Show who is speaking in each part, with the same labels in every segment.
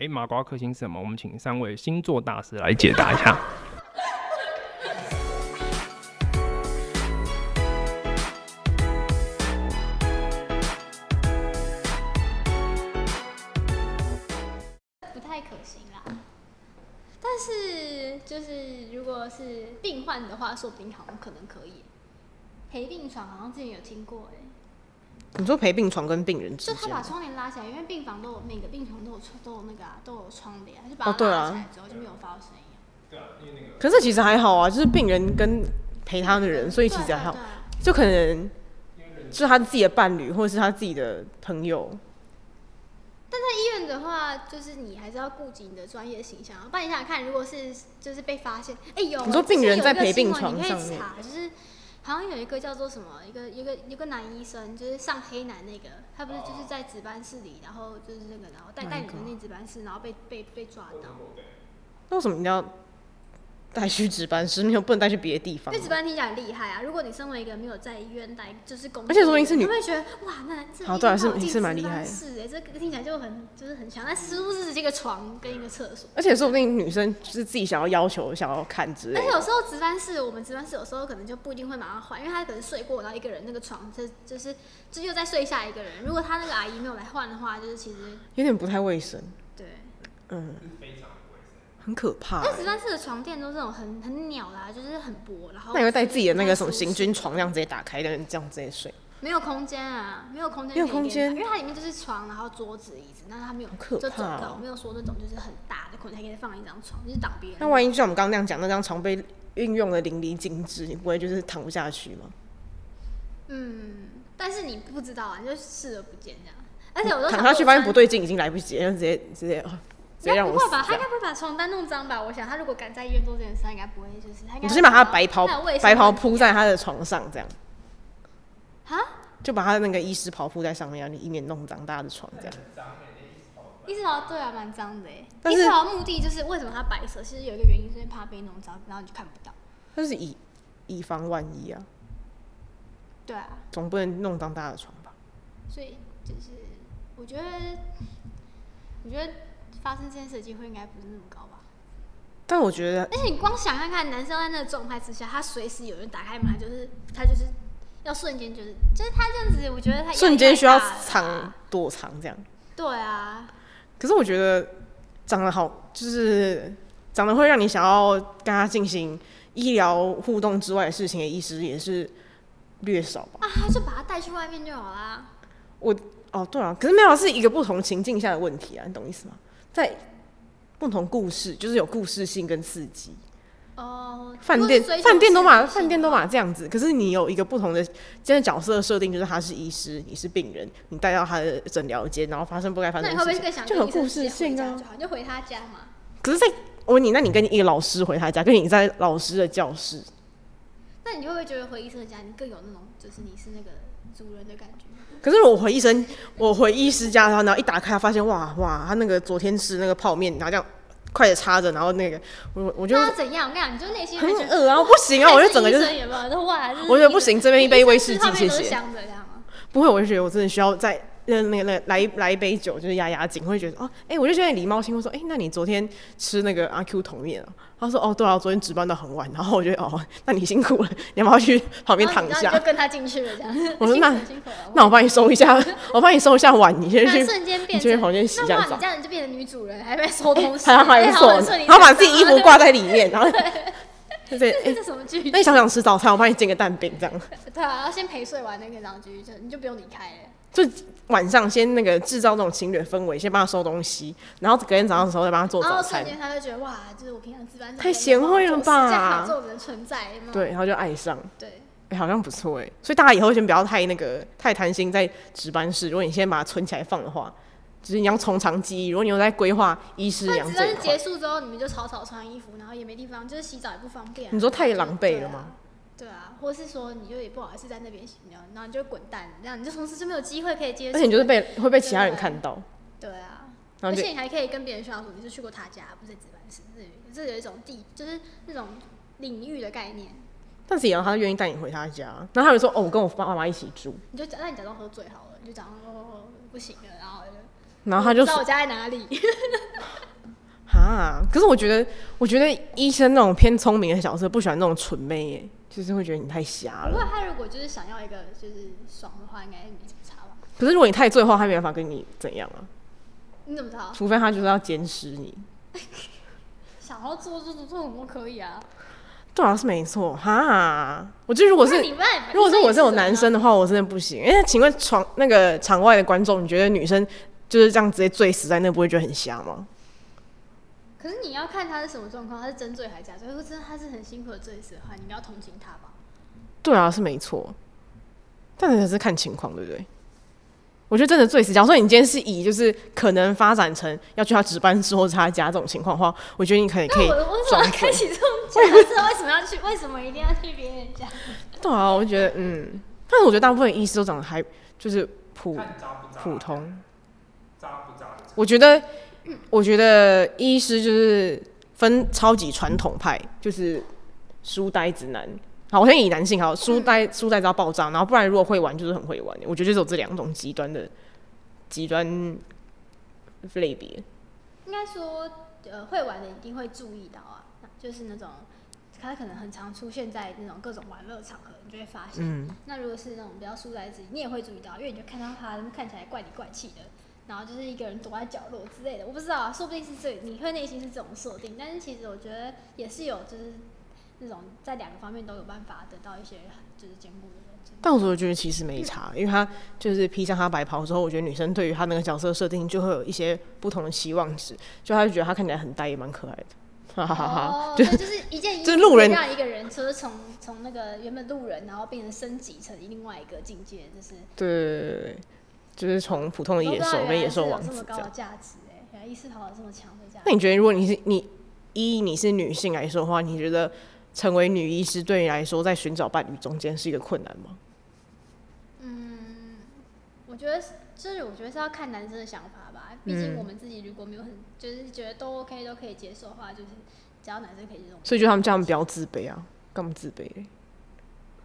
Speaker 1: 哎，麻瓜克星是什么？我们请三位星座大师来解答一下。
Speaker 2: 不太可行啦。但是就是如果是病患的话，说不定好像可能可以。陪病床好像之前有听过、欸，哎，
Speaker 3: 你说陪病床跟病人之
Speaker 2: 就他
Speaker 3: 间
Speaker 2: 把
Speaker 3: 吗，
Speaker 2: 窗帘拉起来，因为病房都有每个病床都有窗都有那个啊，都有窗帘，他就把它
Speaker 3: 哦对
Speaker 2: 拉
Speaker 3: 啊
Speaker 2: 起来之后就没有发出声音了。
Speaker 3: 可是其实还好啊，就是病人跟陪他的人，所以其实
Speaker 2: 对啊
Speaker 3: 还好
Speaker 2: 对，啊
Speaker 3: 就可能就是他自己的伴侣或者是他自己的朋友，
Speaker 2: 医院的话，就是你还是要顾及你的专业形象啊。不然你想想看，如果是就是被发现，哎、有啊
Speaker 3: 你说病人在陪病
Speaker 2: 之前有一个新闻你
Speaker 3: 床上
Speaker 2: 可以
Speaker 3: 面
Speaker 2: 查，就是好像有一个叫做什么，一个一个一个男医生，就是上黑男那个，他不是就是在值班室里，然后就是那个，然后带带女生进值班室，然后被被被抓到，
Speaker 3: 那为什么一定要带去值班室？你又不能带去别的地方
Speaker 2: 因为？值班听起来很厉害啊。如果你身为一个没有在医院待就是工作的人，
Speaker 3: 而且说不定是女
Speaker 2: 他会觉得哇，那这
Speaker 3: 好
Speaker 2: 一定
Speaker 3: 对啊是
Speaker 2: 靠近
Speaker 3: 是蛮
Speaker 2: 值班
Speaker 3: 厉害的
Speaker 2: 室哎、这个听起来就很就是很强，但是不是只是一个床跟一个厕所？
Speaker 3: 而且说不定女生就是自己想要要求、想要看之
Speaker 2: 而
Speaker 3: 类
Speaker 2: 且
Speaker 3: 的。
Speaker 2: 有时候值班室，我们值班室有时候可能就不一定会马上换，因为他可能睡过，然后一个人那个床就就是就又再睡下一个人。如果他那个阿姨没有来换的话，就是其实
Speaker 3: 有点不太卫生，
Speaker 2: 对。
Speaker 3: 嗯，很可怕、
Speaker 2: 但
Speaker 3: 欸。
Speaker 2: 值班室的床垫都是那种很很鸟啦、就是很薄，然后
Speaker 3: 那你会带自己的那个什么
Speaker 2: 不太舒
Speaker 3: 行
Speaker 2: 适
Speaker 3: 军床，这样直接打开，让人这样直接睡，
Speaker 2: 没有空间啊，没有空间，
Speaker 3: 没有空间
Speaker 2: 因为它里面就是床，然后桌子、椅子，那它没有
Speaker 3: 好可
Speaker 2: 就走
Speaker 3: 怕哦
Speaker 2: 道，没有说那种就是很大的空间可以放一张床，就是挡别人。
Speaker 3: 那万一就像我们刚刚那样讲，那张床被运用的淋漓尽致，你不会就是躺不下去吗？
Speaker 2: 嗯，但是你不知道啊，你就视而不见这样。而且我都
Speaker 3: 躺
Speaker 2: 想
Speaker 3: 下去
Speaker 2: 说
Speaker 3: 发现
Speaker 2: 我
Speaker 3: 不对劲，已经来不及了，就直接直接哦直接
Speaker 2: 应该
Speaker 3: 让
Speaker 2: 不
Speaker 3: 我
Speaker 2: 会
Speaker 3: 死
Speaker 2: 吧？他应
Speaker 3: 掉。
Speaker 2: 该不会把床单弄脏吧？我想他如果敢在医院做这件事，他应该不会，就是他应该
Speaker 3: 你是把他的白袍白袍铺在
Speaker 2: 他
Speaker 3: 他的床上，这样
Speaker 2: 啊？
Speaker 3: 就把他的那个医师袍铺在上面，然后你以免弄脏大家的床，这样。
Speaker 2: 伊斯兰对啊，蛮啊脏的耶。
Speaker 3: 但
Speaker 2: 伊
Speaker 3: 是
Speaker 2: 斯兰目的欸就是为什么他白色，其实有一个原因，是因为怕被弄脏，然后你就看不到。
Speaker 3: 但是以以防万一啊，
Speaker 2: 对啊，
Speaker 3: 总不能弄脏大家的床吧？
Speaker 2: 所以就是我觉得，我觉得发生这件事的机会应该不是那么高吧。
Speaker 3: 但我觉得
Speaker 2: 而且你光想看看，男生在那个状态之下，他随时有人打开门，他就是他就是要瞬间就是就是他这样子，我觉得他压力
Speaker 3: 瞬间需要
Speaker 2: 太大了
Speaker 3: 藏躲藏这样。
Speaker 2: 对啊，
Speaker 3: 可是我觉得长得好，就是长得会让你想要跟他进行医疗互动之外的事情的医师也是略少吧。
Speaker 2: 啊，他就把他带去外面就好啦。
Speaker 3: 哦，对啊，可是没有是一个不同情境下的问题啊，你懂意思吗？在不同故事，就是有故事性跟刺激。
Speaker 2: 哦，
Speaker 3: 饭店饭店都嘛，饭店都嘛这样子。可是你有一个不同的现在角色设定，就是他是医师，你是病人，你带到他的诊疗间，然后发生不该发
Speaker 2: 那
Speaker 3: 生
Speaker 2: 你
Speaker 3: 的
Speaker 2: 会不
Speaker 3: 事
Speaker 2: 会更
Speaker 3: 情，
Speaker 2: 想
Speaker 3: 就有故事性啊
Speaker 2: 就。好，你就回他家嘛。
Speaker 3: 可是在，我问你，那你跟一个老师回他家，跟你在老师的教室，
Speaker 2: 那你会不会觉得回医生家，你更有那种就是你是那个主人的感觉？
Speaker 3: 可是我回医生，我回医师家，然后然后一打开，发现哇哇，他那个昨天吃那个泡面，然后这样快点插着，然后那个我我就
Speaker 2: 那要怎样？我跟你讲，你就内心
Speaker 3: 很
Speaker 2: 会觉得
Speaker 3: 恶啊，不 行啊，我就整个就是
Speaker 2: 还是医生有没有？都哇，这是
Speaker 3: 我觉得不
Speaker 2: 医生
Speaker 3: 行这边一杯威士
Speaker 2: 医
Speaker 3: 忌
Speaker 2: 生吃泡面都是
Speaker 3: 谢谢
Speaker 2: 香的这样啊吗？
Speaker 3: 不会，我就觉得我真的需要再那那那来来一杯酒，就是压压惊，会觉得哦，哎、我就觉得礼貌性会说，哎、那你昨天吃那个阿 Q 桶面啊？他说哦，对啊，我昨天值班到很晚，然后我觉得哦，那你辛苦了，你要不要去旁边
Speaker 2: 然后
Speaker 3: 躺
Speaker 2: 你知
Speaker 3: 一
Speaker 2: 道你
Speaker 3: 下
Speaker 2: 就？跟他进去了这样。
Speaker 3: 我说
Speaker 2: 辛苦
Speaker 3: 那
Speaker 2: 了辛苦了
Speaker 3: 那我帮你收一下，我帮你收一下碗，你先
Speaker 2: 那
Speaker 3: 去，
Speaker 2: 瞬间变
Speaker 3: 你去
Speaker 2: 成
Speaker 3: 房间洗一
Speaker 2: 那
Speaker 3: 下
Speaker 2: 哇，
Speaker 3: 澡
Speaker 2: 你这。样你就变成女主人，还被收东西，
Speaker 3: 他还不
Speaker 2: 哎好
Speaker 3: 错
Speaker 2: 很顺，理
Speaker 3: 然后把
Speaker 2: 成
Speaker 3: 自己衣
Speaker 2: 章
Speaker 3: 服
Speaker 2: 啊
Speaker 3: 挂在里面，然后就是
Speaker 2: 对
Speaker 3: 哎，
Speaker 2: 这是什么剧
Speaker 3: 那你想不想吃早餐？我帮你煎个蛋饼这样。
Speaker 2: 对啊，要先陪睡完那个，然后继续就你就不用离开了。
Speaker 3: 就晚上先那个制造那种情侣氛围，先帮他收东西，然后隔天早上的时候再帮他做
Speaker 2: 然后
Speaker 3: 早
Speaker 2: 瞬
Speaker 3: 餐，
Speaker 2: 间他就觉得哇，就是我平常值班
Speaker 3: 太贤惠了吧
Speaker 2: 这样好这种人存在，有没有
Speaker 3: 对，然后就爱上。
Speaker 2: 对，
Speaker 3: 哎、好像不错哎、所以大家以后先不要太那个太贪心，在值班室，如果你先把它存起来放的话，就是你要从长计议。如果你有在规划医师
Speaker 2: 那
Speaker 3: 养
Speaker 2: 值
Speaker 3: 这一
Speaker 2: 班结
Speaker 3: 块，
Speaker 2: 束之后，你们就草草穿衣服，然后也没地方，就是洗澡也不方便啊、
Speaker 3: 你说太狼狈了
Speaker 2: 对
Speaker 3: 吗？
Speaker 2: 啊？对啊，或是说你就也不好意思在那边洗尿，然后你就滚蛋，这样你就从此就没有机会可以接触。
Speaker 3: 而且你就是被会被其他人看到，
Speaker 2: 对啊，而
Speaker 3: 然后就
Speaker 2: 且你还可以跟别人炫耀说你是去过他家，不是在值班室，这有这有一种地，就是那种领域的概念。
Speaker 3: 但是也让他愿意带你回他家，然后他就说哦，我跟我爸爸妈一起住，
Speaker 2: 你就假，那你假装哦喝醉好了，你就假装哦不行了，然后就
Speaker 3: 然后他就
Speaker 2: 知道
Speaker 3: 说
Speaker 2: 我家在哪里，
Speaker 3: 哈，可是我觉得，我觉得医生那种偏聪明的角色，不喜欢那种蠢妹耶，就是会觉得你太瞎
Speaker 2: 不过
Speaker 3: 了。
Speaker 2: 他如果就是想要一个就是爽的话，应该没什么差吧？
Speaker 3: 可是如果你太醉的话，他没办法跟你怎样啊，
Speaker 2: 你怎么知道？
Speaker 3: 除非他就是要监视你。
Speaker 2: 想要做就做，做什么可以啊？
Speaker 3: 对啊，是没错哈。我觉得如果
Speaker 2: 那
Speaker 3: 是
Speaker 2: 你们，
Speaker 3: 如果
Speaker 2: 你
Speaker 3: 说我
Speaker 2: 你
Speaker 3: 这种男生
Speaker 2: 怎么啊
Speaker 3: 的话，我真的不行。哎，请问床那个场外的观众，你觉得女生就是这样直接醉死在那，不会觉得很瞎吗？
Speaker 2: 样，可是你要看他是什么状况，他是真醉还是假醉？如果真的他是很辛苦的醉死的话，你们要同情他吧？
Speaker 3: 对啊，是没错，但是还是看情况，对不对？我觉得真的最死。假如说你今天是以就是可能发展成要去他值班室或者他家这种情况的话，我觉得你可能可
Speaker 2: 那
Speaker 3: 以
Speaker 2: 我为什么
Speaker 3: 装
Speaker 2: 要开
Speaker 3: 醉。
Speaker 2: 启这种角色？为什么要去？为什么一定要去别人家？
Speaker 3: 对啊，我觉得嗯，但是我觉得大部分的医师都长得还就是普普通。我觉得，我觉得医师就是分超级传统派，就是书呆子男。好，我先以男性好，书呆书呆子到爆炸，然后不然如果会玩就是很会玩。我觉得就是有这两种极端的极端类别。
Speaker 2: 应该说，呃，会玩的一定会注意到啊，就是那种他可能很常出现在那种各种玩乐场合，你就会发现。
Speaker 3: 嗯
Speaker 2: 那如果是那种比较书呆子，你也会注意到，因为你就看到他看起来怪里怪气的，然后就是一个人躲在角落之类的。我不知道啊，说不定是这，你会内心是这种设定，但是其实我觉得也是有，就是那种在两个方面都有办法得到一些就是兼顾的人。真的
Speaker 3: 但我觉得其实没差，因为他就是披上他白袍之后，我觉得女生对于他那个角色设定就会有一些不同的期望值，就她就觉得他看起来很呆，也蛮可爱的，哈哈哈哈。
Speaker 2: 哦，
Speaker 3: 就
Speaker 2: 对，就是一件衣
Speaker 3: 就是
Speaker 2: 服
Speaker 3: 路
Speaker 2: 会
Speaker 3: 人
Speaker 2: 让一个人，就是从从那个原本路人，然后变成升级成另外一个境界，就是
Speaker 3: 对，就是从普通的
Speaker 2: 都不
Speaker 3: 野
Speaker 2: 知道
Speaker 3: 兽
Speaker 2: 原来
Speaker 3: 跟野兽
Speaker 2: 是有
Speaker 3: 王
Speaker 2: 这
Speaker 3: 子啊
Speaker 2: 么
Speaker 3: 这
Speaker 2: 高的
Speaker 3: 样。
Speaker 2: 价值哎、原来意识跑有这么强的价
Speaker 3: 那
Speaker 2: 值。
Speaker 3: 你觉得，如果你是你一你是女性来说的话，你觉得成为女医师对你来说，在寻找伴侣中间是一个困难吗？
Speaker 2: 嗯，我觉得是就是我觉得是要看男生的想法吧，毕
Speaker 3: 嗯
Speaker 2: 竟我们自己如果没有很就是觉得都 OK 都可以接受的话，就是只要男生可以接受，
Speaker 3: 所以就他们叫他们不要自卑啊，干嘛自卑嘞？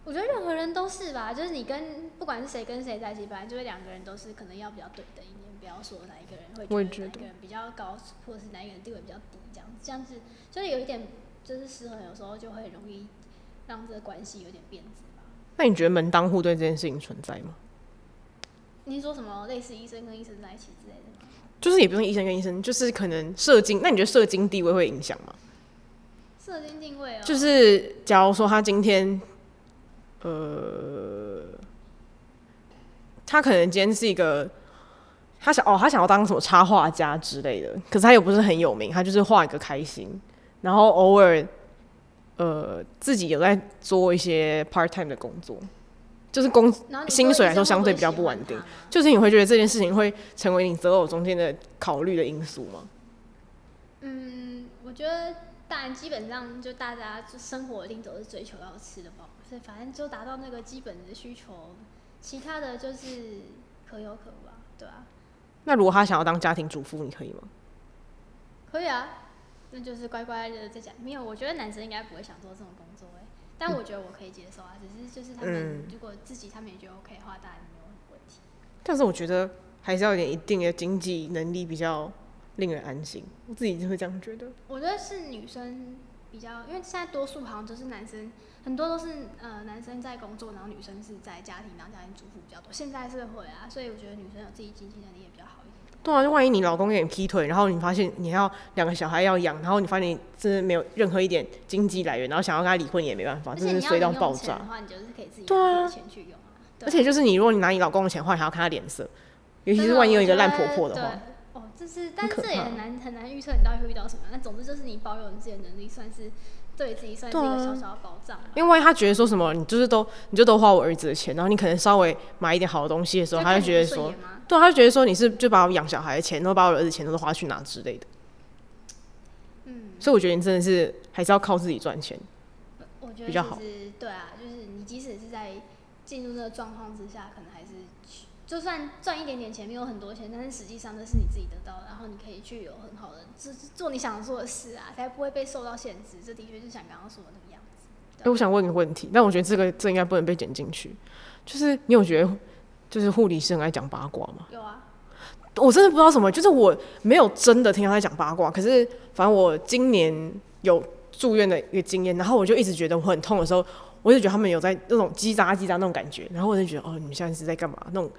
Speaker 2: 我觉得任何人都是吧，就是你跟不管是谁跟谁在一起，本来就是两个人都是可能要比较对等一点，不要说哪一个人
Speaker 3: 我
Speaker 2: 会
Speaker 3: 也
Speaker 2: 觉
Speaker 3: 觉得
Speaker 2: 得哪一个人比较高，或者是哪一个人地位比较低，这样子，这样子就是有一点就是失衡，有时候就会容易让这个关系有点变质吧。
Speaker 3: 那你觉得门当户对这件事情存在吗？
Speaker 2: 你说什么类似医生跟医生在一起之类的吗？
Speaker 3: 就是也不用医生跟医生，就是可能社经。那你觉得社经地位会影响吗？
Speaker 2: 射精定位哦，
Speaker 3: 就是假如说他今天，呃，他可能今天是一个，他想哦，他想要当什么插画家之类的，可是他又不是很有名，他就是画一个开心，然后偶尔，呃，自己有在做一些 part time 的工作，就是工
Speaker 2: 然后你
Speaker 3: 薪水来
Speaker 2: 医生
Speaker 3: 说
Speaker 2: 会
Speaker 3: 相
Speaker 2: 不
Speaker 3: 对
Speaker 2: 会
Speaker 3: 比较
Speaker 2: 喜
Speaker 3: 不
Speaker 2: 欢
Speaker 3: 稳
Speaker 2: 他
Speaker 3: 定
Speaker 2: 吗
Speaker 3: 就是你会觉得这件事情会成为你择偶中间的考虑的因素吗？
Speaker 2: 嗯，我觉得当然基本上就大家就生活一定都是追求要吃的饱，所以反正就达到那个基本的需求，其他的就是可有可无啊，对啊，
Speaker 3: 那如果他想要当家庭主妇，你可以吗？
Speaker 2: 可以啊，那就是乖乖的在家。没有，我觉得男生应该不会想做这种工作哎、但我觉得我可以接受啊，只是就是他们
Speaker 3: 嗯
Speaker 2: 如果自己他们也觉得 OK 的话，当然没有问题。
Speaker 3: 但是我觉得还是要有点一定的经济能力比较令人安心，我自己就会这样觉得。
Speaker 2: 我觉得是女生比较，因为现在多数好像都是男生，很多都是呃男生在工作，然后女生是在家庭，然后家庭主妇比较多。现在是会啊，所以我觉得女生有自己经济能力也比较好一点。
Speaker 3: 对啊，就万一你老公给你劈腿，然后你发现你还要两个小孩要养，然后你发现你真的没有任何一点经济来源，然后想要跟他离婚也没办法，
Speaker 2: 而
Speaker 3: 真
Speaker 2: 且
Speaker 3: 的
Speaker 2: 你
Speaker 3: 是
Speaker 2: 要
Speaker 3: 衰到
Speaker 2: 零
Speaker 3: 爆
Speaker 2: 用钱的
Speaker 3: 炸。
Speaker 2: 话，你就是可以自己
Speaker 3: 对啊
Speaker 2: 拿自己的钱去用啊。对啊
Speaker 3: 而且就是你，如果你拿你老公的钱的话，还要看他脸色，尤其
Speaker 2: 真
Speaker 3: 是
Speaker 2: 的
Speaker 3: 万一
Speaker 2: 啊我
Speaker 3: 有一个
Speaker 2: 觉
Speaker 3: 烂
Speaker 2: 得
Speaker 3: 婆婆的
Speaker 2: 对
Speaker 3: 话。
Speaker 2: 哦，这是，但
Speaker 3: 可
Speaker 2: 这也
Speaker 3: 怕
Speaker 2: 很难很难预测你到底会遇到什么。那总之就是你保有你自己的能力，算是对自己算是一个
Speaker 3: 对啊
Speaker 2: 小小的保障吧。
Speaker 3: 因为万一他觉得说什么，你就是都你就都花我儿子的钱，然后你可能稍微买一点好的东西的时候，
Speaker 2: 就
Speaker 3: 他
Speaker 2: 看
Speaker 3: 就
Speaker 2: 你
Speaker 3: 觉得
Speaker 2: 不顺
Speaker 3: 说
Speaker 2: 眼，吗
Speaker 3: 对啊，他就觉得说你是就把我养小孩的钱，然后把我儿子的钱都花去哪之类的。
Speaker 2: 嗯。
Speaker 3: 所以我觉得你真的是还是要靠自己赚钱。
Speaker 2: 我觉
Speaker 3: 比较
Speaker 2: 得
Speaker 3: 好
Speaker 2: 其实对啊，就是你即使是在进入那个状况之下，可能还是去就算赚一点点钱，没有很多钱，但是实际上那是你自己得到的，然后你可以去有很好的，就是做你想做的事啊，才不会被受到限制。这的确就像刚刚说的那个样子。
Speaker 3: 哎、我想问一个问题，但我觉得这个这应该不能被剪进去。就是你有觉得，就是护理师很爱讲八卦吗？
Speaker 2: 有啊，
Speaker 3: 我真的不知道什么，就是我没有真的听到他讲八卦，可是反正我今年有住院的一个经验，然后我就一直觉得我很痛的时候，我就觉得他们有在那种叽喳叽喳那种感觉，然后我就觉得哦，你们现在是在干嘛？那种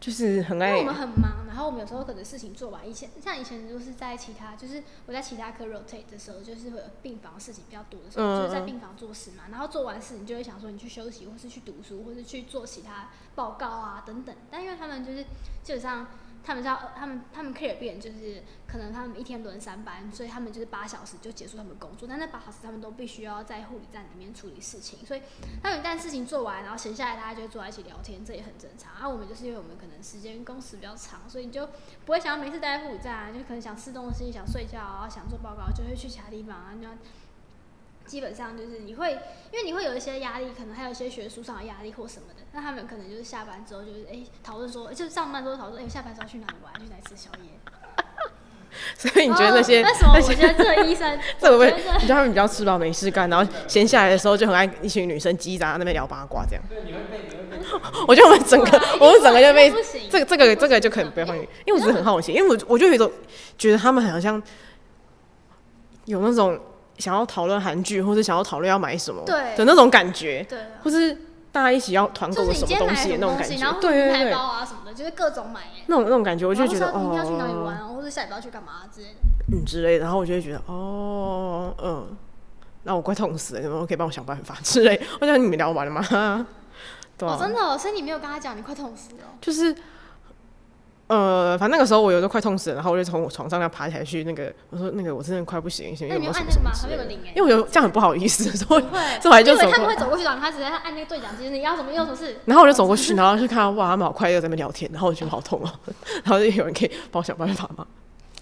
Speaker 3: 就是很
Speaker 2: 因为
Speaker 3: 爱
Speaker 2: 我们很忙，然后我们有时候可能事情做完，以前像以前就是在其他，就是我在其他科 rotate 的时候，就是会有病房事情比较多的时候，
Speaker 3: 嗯
Speaker 2: 就是在病房做事嘛，然后做完事你就会想说你去休息，或是去读书，或是去做其他报告啊等等。但因为他们就是基本上他们知道他们他们 care 病人就是可能他们一天轮三班，所以他们就是八小时就结束他们的工作，但那八小时他们都必须要在护理站里面处理事情，所以他们一旦事情做完，然后闲下来，大家就会坐在一起聊天，这也很正常。啊，我们就是因为我们可能时间工时比较长，所以你就不会想要每次待在护理站、啊，就可能想吃东西、想睡觉啊，然后想做报告，就会去其他地方啊。那基本上就是你会，因为你会有一些压力，可能还有一些学术上的压力或什么的。那他们可能就是下班之后就是哎讨论说，诶就是上班之后讨论，哎、下班之后去哪里玩，去哪里吃宵夜。
Speaker 3: 所以哎你觉得那些、
Speaker 2: 哦为什么？
Speaker 3: 那
Speaker 2: 我
Speaker 3: 些
Speaker 2: 觉得这个医生
Speaker 3: ，这个
Speaker 2: 我
Speaker 3: 会，
Speaker 2: 觉得这
Speaker 3: 你觉得他们比较吃饱没事干，然后闲下来的时候就很爱一群女生叽喳那边聊八 卦这样。我觉得我们整个，我们整个就被
Speaker 2: 不行
Speaker 3: 这个这个这个就可能不要放进去，因为我只是很好奇，因为我我就有一种觉得他们好像有那种想要讨论韩剧，或者想要讨论要买什么
Speaker 2: 对
Speaker 3: 的那种感觉，
Speaker 2: 对啊
Speaker 3: 或是大家一起要团
Speaker 2: 就是
Speaker 3: 购
Speaker 2: 你
Speaker 3: 什
Speaker 2: 今
Speaker 3: 么
Speaker 2: 天买
Speaker 3: 东
Speaker 2: 什
Speaker 3: 西的
Speaker 2: 么
Speaker 3: 那种感
Speaker 2: 西，
Speaker 3: 觉
Speaker 2: 然后，
Speaker 3: 对对
Speaker 2: 名牌
Speaker 3: 对，
Speaker 2: 包啊什么的，就是各种买哎。
Speaker 3: 那种那种感觉，我
Speaker 2: 我
Speaker 3: 就觉得
Speaker 2: 一定要去哪里玩啊，
Speaker 3: 哦，
Speaker 2: 或者下礼拜要去干嘛啊之类的。
Speaker 3: 嗯之类的，然后我就会觉得哦，嗯，那我快痛死了，你们可以帮我想办法之类，我想你们聊完了吗？ 对啊
Speaker 2: 哦，真的哦，所以你没有跟他讲，你快痛死了哦。
Speaker 3: 就是，呃，反正那个时候我有时候快痛死了，然后我就从我床上要爬起来去那个，我说那个我真的快不行，行
Speaker 2: 那
Speaker 3: 有
Speaker 2: 你
Speaker 3: 没有
Speaker 2: 有
Speaker 3: 什
Speaker 2: 按
Speaker 3: 么
Speaker 2: 那
Speaker 3: 什
Speaker 2: 个
Speaker 3: 么
Speaker 2: 吗？
Speaker 3: 之
Speaker 2: 旁
Speaker 3: 类
Speaker 2: 边有
Speaker 3: 的
Speaker 2: 个？铃哎。
Speaker 3: 因为我就这样很不好意思， 所以
Speaker 2: 不会，
Speaker 3: 所以我还就
Speaker 2: 因为
Speaker 3: 走
Speaker 2: 他们
Speaker 3: 过
Speaker 2: 会，走过去找你，他只是按那个对讲机，你要什么你有什么事。
Speaker 3: 然后我就走过去，然后就看到哇，他们好快乐在那边聊天，然后我觉得好痛哦、 然后就有人可以帮我想办法吗？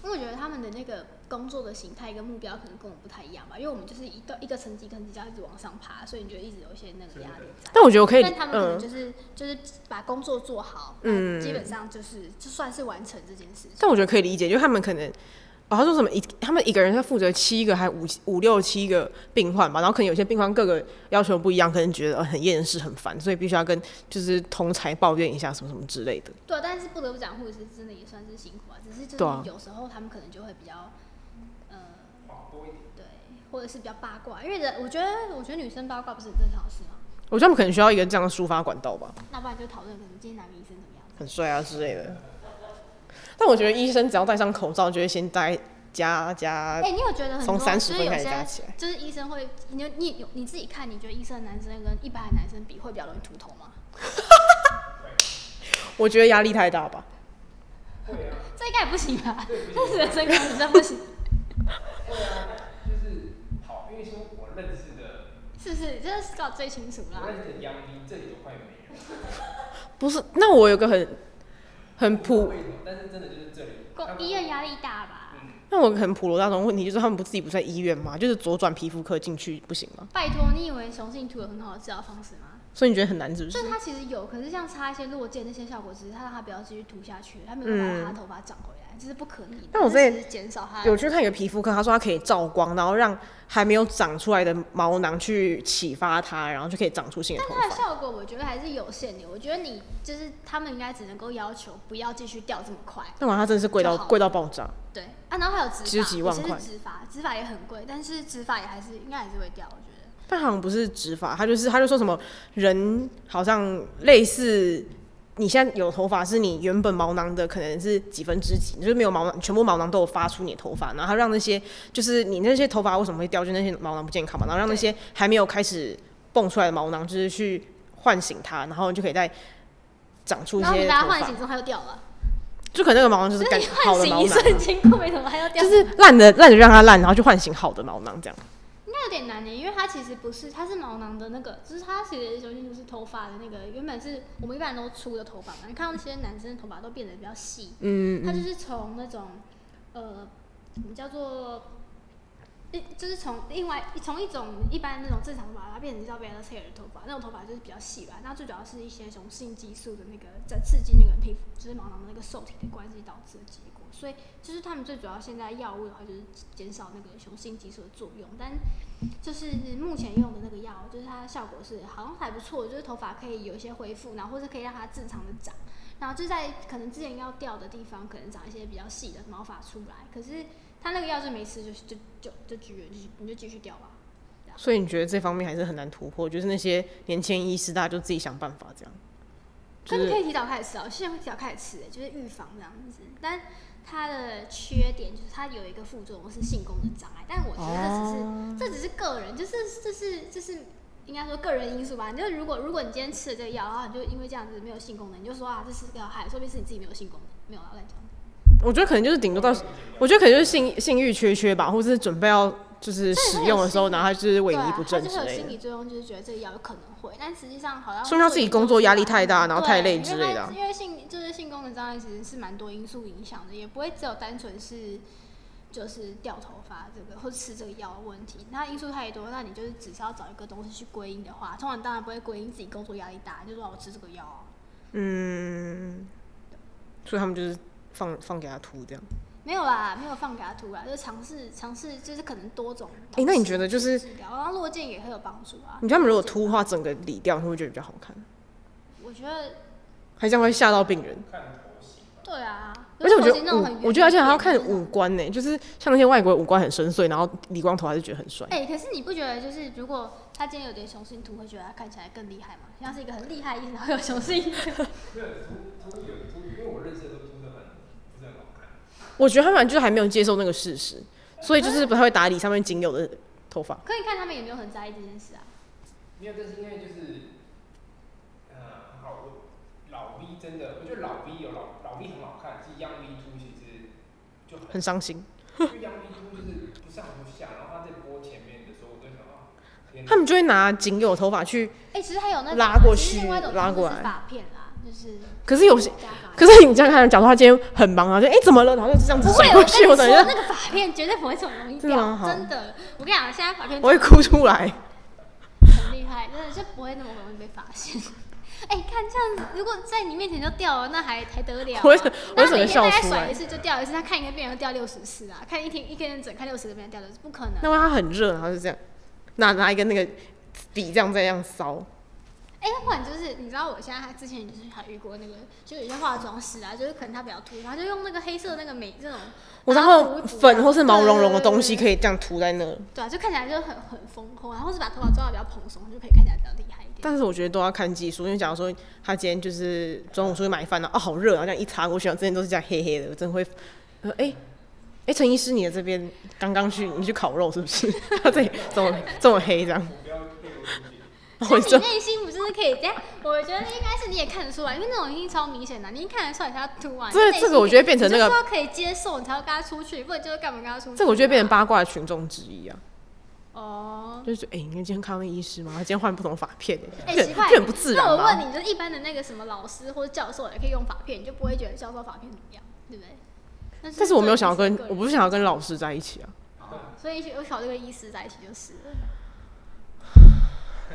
Speaker 2: 因为我觉得他们的那个工作的形态跟目标可能跟我们不太一样吧，因为我们就是一到一个层级跟级这样一直往上爬，所以你就一直有一些那个压力在。
Speaker 3: 但我觉得我可以，
Speaker 2: 但他们可能
Speaker 3: 嗯，
Speaker 2: 就是、就是把工作做好，
Speaker 3: 嗯
Speaker 2: 基本上就是就算是完成这件事情。
Speaker 3: 但我觉得可以理解，因为他们可能。哦，他说什么一他们一个人要负责七个还五五六七个病患吧，然后可能有些病患各个要求不一样，可能觉得、呃很厌世很烦，所以必须要跟就是同才抱怨一下什么什么之类的。
Speaker 2: 对，啊但是不得不讲，护理师真的也算是辛苦啊，只是就
Speaker 3: 对啊
Speaker 2: 是有时候他们可能就会比较，呃，对，或者是比较八卦，因为人我觉得我觉得女生八卦不是很正常的事吗？
Speaker 3: 我觉得他们可能需要一个这样的抒发管道吧，
Speaker 2: 那不然就讨论可能今天哪个医生怎么样。
Speaker 3: 很帅啊之类的。但我觉得医生只要戴上口罩，就会先戴加加
Speaker 2: 哎、，你有觉得很
Speaker 3: 从
Speaker 2: 多
Speaker 3: 30
Speaker 2: 就是
Speaker 3: 分
Speaker 2: 有
Speaker 3: 开始加起
Speaker 2: 些
Speaker 3: 来
Speaker 2: 就是医生会，你就你有你自己看，你觉得医生的男生跟一般的男生比会比较容易秃头吗？
Speaker 3: 我觉得压力太大吧。
Speaker 2: 这应该也不行吧？这是人生观，你这不行，
Speaker 1: 啊就是好，因为说我认识的，
Speaker 2: 是不是？这是搞最清楚啦
Speaker 1: 我。认识的杨迪这里都快没有，
Speaker 3: 不是，那我有个很很普，
Speaker 1: 为什么？但是真的就是这里，
Speaker 2: 工医院压力大吧？
Speaker 1: 嗯
Speaker 3: 那我有个很普罗大众的问题就是他们不自己不是在医院吗？就是左转皮肤科进去不行吗？
Speaker 2: 拜托，你以为雄性秃有很好的治疗方式吗？
Speaker 3: 所以你觉得很难是不是
Speaker 2: 就？是它其实有，可是像擦一些落键那些效果，只是它让它不要继续秃下去，它没有办法让它头发长回来，这是不可逆的。
Speaker 3: 嗯但我
Speaker 2: 这
Speaker 3: 之前
Speaker 2: 只是减少它
Speaker 3: 有去看一个皮肤科，他说他可以照光，然后让还没有长出来的毛囊去启发它，然后就可以长出新的头
Speaker 2: 它的
Speaker 3: 发。
Speaker 2: 效果我觉得还是有限的。我觉得你就是他们应该只能够要求不要继续掉这么快，
Speaker 3: 但我他真的是贵到
Speaker 2: 就好
Speaker 3: 贵到爆炸。
Speaker 2: 对啊，然后还有植发，
Speaker 3: 十几万块
Speaker 2: 有些是植发，植发也很贵，但是植发也还是应该还是会掉，我觉得。
Speaker 3: 但好像不是植发，他就是他就说什么人好像类似你现在有头发是你原本毛囊的可能是几分之几，就是没有毛囊，全部毛囊都有发出你的头发，然后他让那些就是你那些头发为什么会掉，就那些毛囊不健康嘛，然后让那些还没有开始蹦出来的毛囊就是去唤醒它，然后你就可以再长出一
Speaker 2: 然后
Speaker 3: 些
Speaker 2: 你
Speaker 3: 头
Speaker 2: 把它唤
Speaker 3: 发
Speaker 2: 醒，之后，它又掉了。
Speaker 3: 就可能那个毛囊就是
Speaker 2: 就是
Speaker 3: 感
Speaker 2: 你
Speaker 3: 好
Speaker 2: 唤
Speaker 3: 的
Speaker 2: 醒
Speaker 3: 毛
Speaker 2: 一
Speaker 3: 囊啊、
Speaker 2: 瞬间，过没头发它又掉
Speaker 3: 就
Speaker 2: 了。
Speaker 3: 是烂的烂的让它烂，然后就唤醒好的毛囊这样。
Speaker 2: 应该有点难呢，因为它其实不是，它是毛囊的那个，就是它其实雄性就是头发的那个，原本是我们一般人都粗的头发嘛，你看到那些男生的头发都变得比较细，
Speaker 3: 嗯，
Speaker 2: 它就是从那种呃，我们叫做。一就是从另外从一种一般那种正常头发，它变成叫 Bella hair 的头发，那种头发就是比较细吧。那最主要是一些雄性激素的那个在刺激那个皮肤，就是毛囊的那个受体的关系导致的结果。所以就是他们最主要现在药物的话，就是减少那个雄性激素的作用，但就是目前用的那个药，就是它效果是好像还不错，就是头发可以有一些恢复，然后或者可以让它正常的长，然后就在可能之前要掉的地方，可能长一些比较细的毛发出来，可是他那个药就没吃，就就就就继续就你就继续掉吧。
Speaker 3: 所以你觉得这方面还是很难突破，就是那些年轻医师，大家就自己想办法这样。
Speaker 2: 可
Speaker 3: 就是
Speaker 2: 可
Speaker 3: 是
Speaker 2: 以提早开始吃啊，现在会提早开始吃、就是预防这样子。但它的缺点就是它有一个副作用是性功能障碍，但我觉
Speaker 3: 哦
Speaker 2: 得这只是、这只是个人，就是这是这是应该说个人因素吧。就是如果如果你今天吃了这个药，然后你就因为这样子没有性功能，你就说啊这是个害，说不定是你自己没有性功能，没有要啊乱讲。
Speaker 3: 我觉得可能就是顶多到，我觉得可能就是性性欲缺缺吧，或者是准备要就是
Speaker 2: 这也会
Speaker 3: 使
Speaker 2: 有
Speaker 3: 用的时候，
Speaker 2: 心理
Speaker 3: 然后他就是萎
Speaker 2: 对
Speaker 3: 靡
Speaker 2: 啊
Speaker 3: 不振
Speaker 2: 他就
Speaker 3: 之
Speaker 2: 会有
Speaker 3: 类
Speaker 2: 心
Speaker 3: 的。
Speaker 2: 理作用，就是觉得这个药有可能会，但实际上好像
Speaker 3: 说明他自己工作压力太大然后太累
Speaker 2: 对
Speaker 3: 之类的啊
Speaker 2: 因为他因为性就是性功能障碍其实是蛮多因素影响的，也不会只有单纯是就是掉头发这个或者吃这个药的问题，那因素太多，那你就是只是要找一个东西去归因的话，通常当然不会归因自己工作压力大，就说我吃这个药啊、
Speaker 3: 嗯，所以他们就是放放给他涂这样。
Speaker 2: 没有
Speaker 3: 嗯
Speaker 2: 啦，没有放给他涂啦，就是尝试尝试，就是可能多种。
Speaker 3: 哎、那你觉得就是
Speaker 2: 治疗，然后落剑也很有帮助啊
Speaker 3: 你。觉得他们如果秃的话，整个理掉，你会不会觉得比较好看？
Speaker 2: 我觉得
Speaker 3: 还这样会吓到病人？
Speaker 2: 对啊，
Speaker 3: 而且我觉
Speaker 2: 尤其
Speaker 3: 得
Speaker 2: 那种很
Speaker 3: 五，我觉得而且还要看
Speaker 2: 圆的那种
Speaker 3: 五官呢、就是像那些外国人五官很深邃，然后理光头还是觉得很帅。
Speaker 2: 哎、可是你不觉得就是如果他今天有点雄性秃，会觉得他看起来更厉害吗？像是一个很厉害的医生，然后有雄性秃，
Speaker 3: 我觉得他们就是还没有接受那个事实，所以就是不太会打理上面仅有的头发。
Speaker 2: 可你看他们也没有很在意这件事啊。
Speaker 1: 没有，但是因为就是，呃，好，我老 V 真的，我觉得老 V 有老老 V 很好看，其实 Young V Two 其实就很
Speaker 3: 很伤心。
Speaker 1: 因为 Young V Two 就是不上不下，然后他在播前面的时候，我就想啊，天哪
Speaker 3: 他，们就会拿仅有的头发去，
Speaker 2: 哎、其实还有那种
Speaker 3: 拉过
Speaker 2: 其实
Speaker 3: 去
Speaker 2: 另外一种
Speaker 3: 拉过
Speaker 2: 方式是
Speaker 3: 来
Speaker 2: 发片啦，就是
Speaker 3: 可是有些，
Speaker 2: 加发
Speaker 3: 可是你这样看，假如他今天很忙啊，就哎、怎么了，然后就这样子
Speaker 2: 不
Speaker 3: 甩
Speaker 2: 会，
Speaker 3: 过
Speaker 2: 我
Speaker 3: 去，
Speaker 2: 跟
Speaker 3: 我
Speaker 2: 你
Speaker 3: 等一
Speaker 2: 说，
Speaker 3: 下
Speaker 2: 那个发片绝对不会这么容易
Speaker 3: 真的吗
Speaker 2: 掉，
Speaker 3: 好
Speaker 2: 真的。我跟你讲，现在发片
Speaker 3: 我会哭出来。
Speaker 2: 很厉害，真的就不会那么容易被发现。 哎、看这样子，如果在你面前就掉了，那还还得了、啊？
Speaker 3: 我会
Speaker 2: 那
Speaker 3: 我会整
Speaker 2: 每
Speaker 3: 个
Speaker 2: 天大
Speaker 3: 笑
Speaker 2: 概
Speaker 3: 出
Speaker 2: 甩
Speaker 3: 来
Speaker 2: 一次就掉一次，他看一个病人就掉六十次啊，看一天一个人整看六十个病人掉六十，不可能。
Speaker 3: 那万一他很热，然后就这样拿拿一个那个笔这样这样搔，
Speaker 2: 哎、要不然就是你知道，我现在还之前就是还遇过那个，就有些化妆师啊，就是可能他比较秃，然后就用那个黑色那个美这种，
Speaker 3: 我然
Speaker 2: 把它涂
Speaker 3: 后
Speaker 2: 一涂
Speaker 3: 粉或是毛茸茸的东西
Speaker 2: 啊对对对
Speaker 3: 可以这样涂在那，
Speaker 2: 对啊，就看起来就很很丰厚，然后是把头发抓的比较蓬松，就可以看起来比较厉害一点。
Speaker 3: 但是我觉得都要看技术，因为假如说他今天就是中午出去买饭了，啊好热，然后这样一擦过去，然后之前都是这样黑黑的，我真的会，呃哎哎陈医师你的这边刚刚去你去烤肉是不是？他这里这么这么黑这样，哦我
Speaker 2: 但
Speaker 3: 就
Speaker 2: 你内心不就是可以？等下，我觉得应该是你也看得出来，因为那种一定超明显的，你一看得出来他秃啊。
Speaker 3: 这
Speaker 2: 你内心
Speaker 3: 这个我觉得变成那个
Speaker 2: 你就是要可以接受，你才要跟他出去，不然就是干嘛跟他出去啊、
Speaker 3: 这个我觉得变成八卦的群众之一啊，
Speaker 2: 哦。
Speaker 3: 就是哎、诶你今天看到那医师吗？他今天换不同的发片、
Speaker 2: 哎、
Speaker 3: 欸，这
Speaker 2: 奇
Speaker 3: 很
Speaker 2: 怪，
Speaker 3: 这很不自然
Speaker 2: 那我
Speaker 3: 吧？
Speaker 2: 问你，就是一般的那个什么老师或者教授也可以用法片，你就不会觉得教授法片怎么样，对不对？但
Speaker 3: 但是我没有想要跟，我
Speaker 2: 不，
Speaker 3: 不是想要跟老师在一起啊。
Speaker 2: 所以我考这个医师在一起就是了。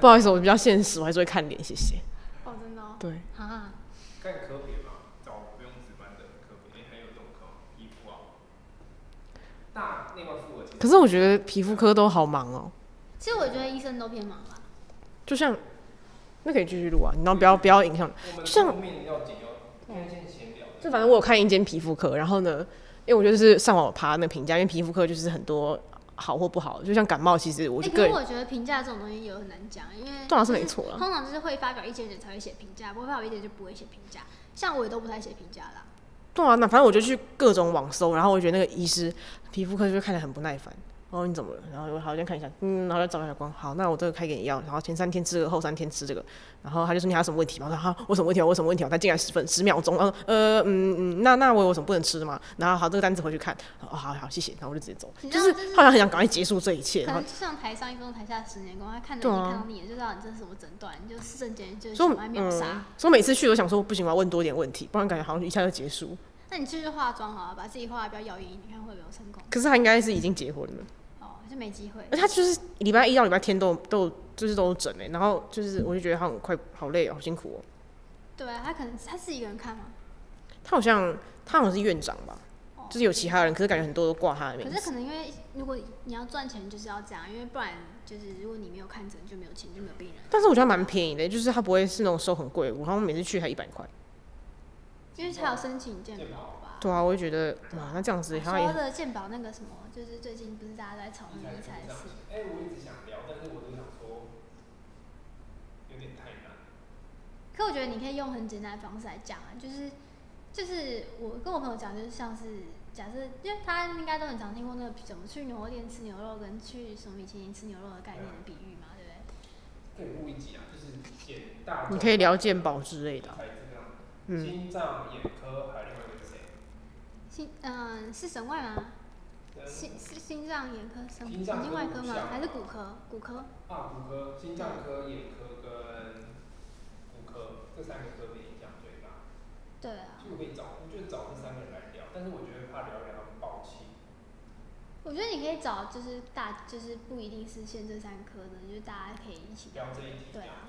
Speaker 3: 不好意思，我比较现实，我还是会看脸，谢谢。
Speaker 2: 哦，真的、哦、
Speaker 3: 对，
Speaker 2: 啊，
Speaker 1: 看科别嘛，找不用值班的科别，哎，还有这种科皮肤啊，大内外妇儿其实
Speaker 3: 可是我觉得皮肤科都好忙哦、
Speaker 2: 其实我觉得医生都偏忙吧。
Speaker 3: 就像那可以继续录啊，你
Speaker 2: 嗯
Speaker 3: 然后不要不要影响。
Speaker 1: 我们
Speaker 3: 像
Speaker 1: 后面要剪要，今天先闲聊。
Speaker 3: 就反正我有看一间皮肤科，然后呢，因为我就是上网爬那个评价，因为皮肤科就是很多好或不好，就像感冒，其实我
Speaker 2: 哎、
Speaker 3: 就
Speaker 2: 可
Speaker 3: 个
Speaker 2: 是
Speaker 3: 人
Speaker 2: 我觉得评价这种东西也很难讲，因为
Speaker 3: 当然是
Speaker 2: 就是
Speaker 3: 没错啦
Speaker 2: 通常就是会发表意见的人才会写评价，不会发表意见就不会写评价。像我也都不太写评价啦。
Speaker 3: 对啊，那反正我就去各种网搜，然后我觉得那个医师皮肤科就看起来很不耐烦。然后你怎么了？然后我好像看一下，嗯，然后就找小光，好，那我这个开给你药，然后前三天吃这个，后三天吃这个，然后他就说你还有什么问题吗？我说哈，我什么问题啊？我什么问题啊？他进来十分十秒钟，然后呃嗯嗯，那那我有什么不能吃的吗？然后好，这个单子回去看，哦好好谢谢，然后我就直接走，
Speaker 2: 你知
Speaker 3: 就
Speaker 2: 道
Speaker 3: 是
Speaker 2: 就是
Speaker 3: 好像很想赶快结束这一切，
Speaker 2: 可
Speaker 3: 然后
Speaker 2: 能就像台上一分钟，台下十年功，他看着
Speaker 3: 对
Speaker 2: 你、
Speaker 3: 啊
Speaker 2: 看到你，就知道你这是什么诊断，你就瞬间就是
Speaker 3: 所以
Speaker 2: 想
Speaker 3: 我
Speaker 2: 来秒
Speaker 3: 嗯
Speaker 2: 杀。，
Speaker 3: 所以我每次去我想说不行，我要问多一点问题，不然感觉好像一下就结束。
Speaker 2: 那你继续化妆好了，把自己化的比较妖艳，你看会不会有成功？
Speaker 3: 可是他应该是已经结婚了。
Speaker 2: 哦，就没机会
Speaker 3: 而。他就是礼拜一到礼拜天都有都有就是都有整哎、然后就是我就觉得他很快好累哦、好辛苦哦、
Speaker 2: 对啊，他可能他自己一个人看嘛。
Speaker 3: 他好像他好像是院长吧，
Speaker 2: 哦，
Speaker 3: 就是有其他人，可是感觉很多都挂他的名
Speaker 2: 可
Speaker 3: 字。
Speaker 2: 是可能因为如果你要赚钱就是要这样，因为不然就是如果你没有看诊就没有钱就没有病人，
Speaker 3: 但是我觉得蛮便宜的，欸就是它不会是那种收很贵的，我好像每次去才一百块。
Speaker 2: 因为他有申请健保吧。
Speaker 3: 对啊，我就觉得哇，那这样子它也
Speaker 2: 说的健保那个什么，就是最近不是大家都在讨论理财
Speaker 1: 一开始跟不上哎、
Speaker 2: 是，
Speaker 1: 我一直想聊，但是我都想说有点太难。
Speaker 2: 可我觉得你可以用很简单的方式来讲啊，就是就是我跟我朋友讲，就是像是假设，因为他应该都很常听过那个怎么去牛肉店吃牛肉跟去什么米其林吃牛肉的概念的比喻嘛，对不对？
Speaker 1: 可以录一集啊，就是简大。
Speaker 3: 你可以聊健保之类的啊。
Speaker 1: 才这样，
Speaker 3: 嗯，
Speaker 1: 心脏眼科还有另外一个谁？
Speaker 2: 心嗯、是神外吗？
Speaker 1: 跟
Speaker 2: 心是心脏眼科、神
Speaker 1: 心
Speaker 2: 神
Speaker 1: 脏
Speaker 2: 经
Speaker 1: 科
Speaker 2: 外
Speaker 1: 骨
Speaker 2: 科吗
Speaker 1: 相？
Speaker 2: 还是骨科？骨科？
Speaker 1: 啊，骨科、心脏科、眼科跟骨科这三个科别影响最大，
Speaker 2: 对啊，
Speaker 1: 所以我可以找，我就找这三个人来聊，但是我觉得怕聊一聊会爆气。
Speaker 2: 我觉得你可以找就是大就是不一定是限这三科的，就是大家可以一起
Speaker 1: 聊这一题这
Speaker 2: 对
Speaker 1: 样
Speaker 2: 啊，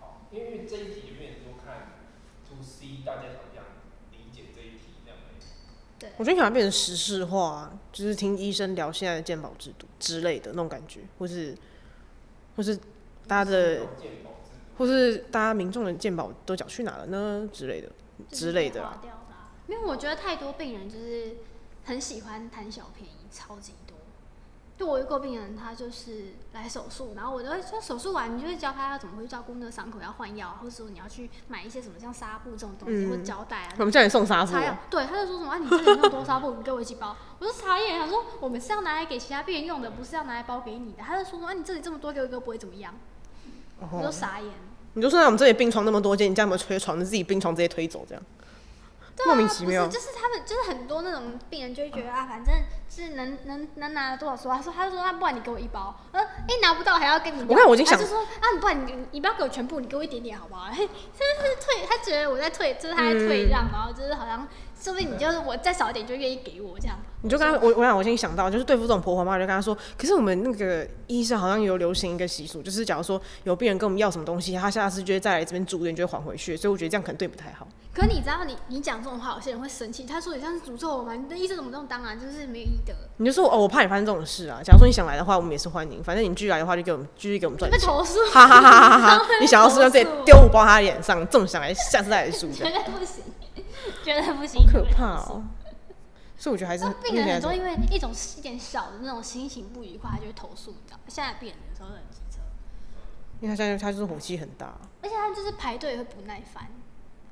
Speaker 1: 好，因为这一题有点多看 to C，大家想不想理解这一题这样而已
Speaker 2: 对。
Speaker 3: 我觉得想要变成时事化啊，就是听医生聊现在的健保制度之类的那种感觉，或是或是大家的
Speaker 1: 健保制度，
Speaker 3: 或是大家民众的健保都缴去哪了呢之类的
Speaker 2: 就是
Speaker 3: 之类
Speaker 2: 被
Speaker 3: 的
Speaker 2: 划
Speaker 3: 啦。
Speaker 2: 掉的啊因为我觉得太多病人就是很喜欢贪小便宜，超级多。就我有一个病人，他就是来手术，然后我就会说手术完，你就会教他要怎么会去照顾那个伤口，要换药啊，或者说你要去买一些什么像纱布这种东西、
Speaker 3: 嗯
Speaker 2: 或胶带啊
Speaker 3: 我。们叫你送纱布
Speaker 2: 擦药
Speaker 3: 啊，，
Speaker 2: 对，他就说什么啊，你这里用多纱布，你给我一起包。我就傻眼，想说我们是要拿来给其他病人用的，不是要拿来包给你的。他就说什么啊，你这里这么多，给我一个不会怎么样。我就
Speaker 3: 哦，
Speaker 2: 傻眼，
Speaker 3: 你就说那我们这里病床那么多间，你家有没有推床？你自己病床直接推走这样，
Speaker 2: 对啊
Speaker 3: 莫名其妙
Speaker 2: 不是，就是他们就是很多那种病人就会觉得啊，反正是能能能拿多少说，他说他就说那不然你给我一包，呃，哎、拿不到还要跟你要，
Speaker 3: 我看我已经想
Speaker 2: 他就说啊，你不然你你不要给我全部，你给我一点点好不好？ 嘿真的是退，他觉得我在退，就是他在
Speaker 3: 嗯
Speaker 2: 退让，然后就是好像说不定你就是我再少一点就愿意给我这样，
Speaker 3: 你就跟他我我想我先想到就是对付这种婆婆妈，我就跟他说，可是我们那个医生好像有流行一个习俗，就是假如说有病人跟我们要什么东西，他下次就会再来这边住院，就会还回去，所以我觉得这样可能对不太好。
Speaker 2: 可你知道你你讲这种话，有些人会生气，他说你像是诅咒我吗？你的医生怎么这么当啊？就是没有医德，
Speaker 3: 你就说哦，我怕你发生这种事啊。假如说你想来的话，我们也是欢迎，反正你继续来的话，就给我们继续给我们赚
Speaker 2: 被
Speaker 3: 钱。
Speaker 2: 投诉，
Speaker 3: 哈哈哈哈哈哈！ 你想要是
Speaker 2: 投
Speaker 3: 要自己
Speaker 2: 诉
Speaker 3: 丢五包他脸上，这么想来，下次再来输
Speaker 2: 绝
Speaker 3: 的，
Speaker 2: 对不行，绝对不行，
Speaker 3: 好可
Speaker 2: 绝对
Speaker 3: 怕
Speaker 2: 不行
Speaker 3: 哦。 所以我觉得还是
Speaker 2: 那病人很多，
Speaker 3: 目前还是
Speaker 2: 因为一种一点小的那种心情不愉快，他就会投诉，你知道吗？现在病人有时候都很机车，
Speaker 3: 因为他现在他就是火气很大，
Speaker 2: 而且他就是排队也会不耐烦，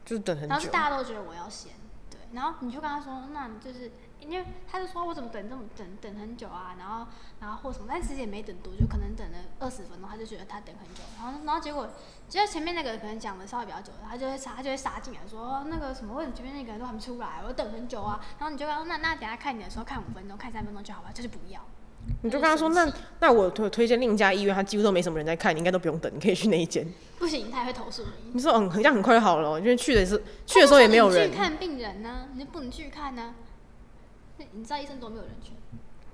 Speaker 3: 就是等很
Speaker 2: 然后
Speaker 3: 久
Speaker 2: 是。大家都觉得我要先，对，然后你就跟他说，那你就是因为他就说我怎么等这么等等很久啊，然后然后或什么，但其实也没等多久，可能等了二十分钟，他就觉得他等很久，然后然后结果结果前面那个可能讲的稍微比较久的，他就会杀他就会杀进来说哦那个什么，为什么前面那个人都还没出来，我等很久啊，然后你就跟他说那那等下看你的时候看五分钟，看三分钟就好了，就是不要。
Speaker 3: 你就跟他说，
Speaker 2: 他就
Speaker 3: 那
Speaker 2: 生气
Speaker 3: 那我推推荐另一家医院，他几乎都没什么人在看，你应该都不用等，你可以去那一间。
Speaker 2: 不行，他也会投诉你。
Speaker 3: 你说嗯，这样很快就好了，因为去的是去的时候也没有
Speaker 2: 他就说
Speaker 3: 人
Speaker 2: 你去，看病人呢、你就不能去看呢、那你知道医生多没有人权，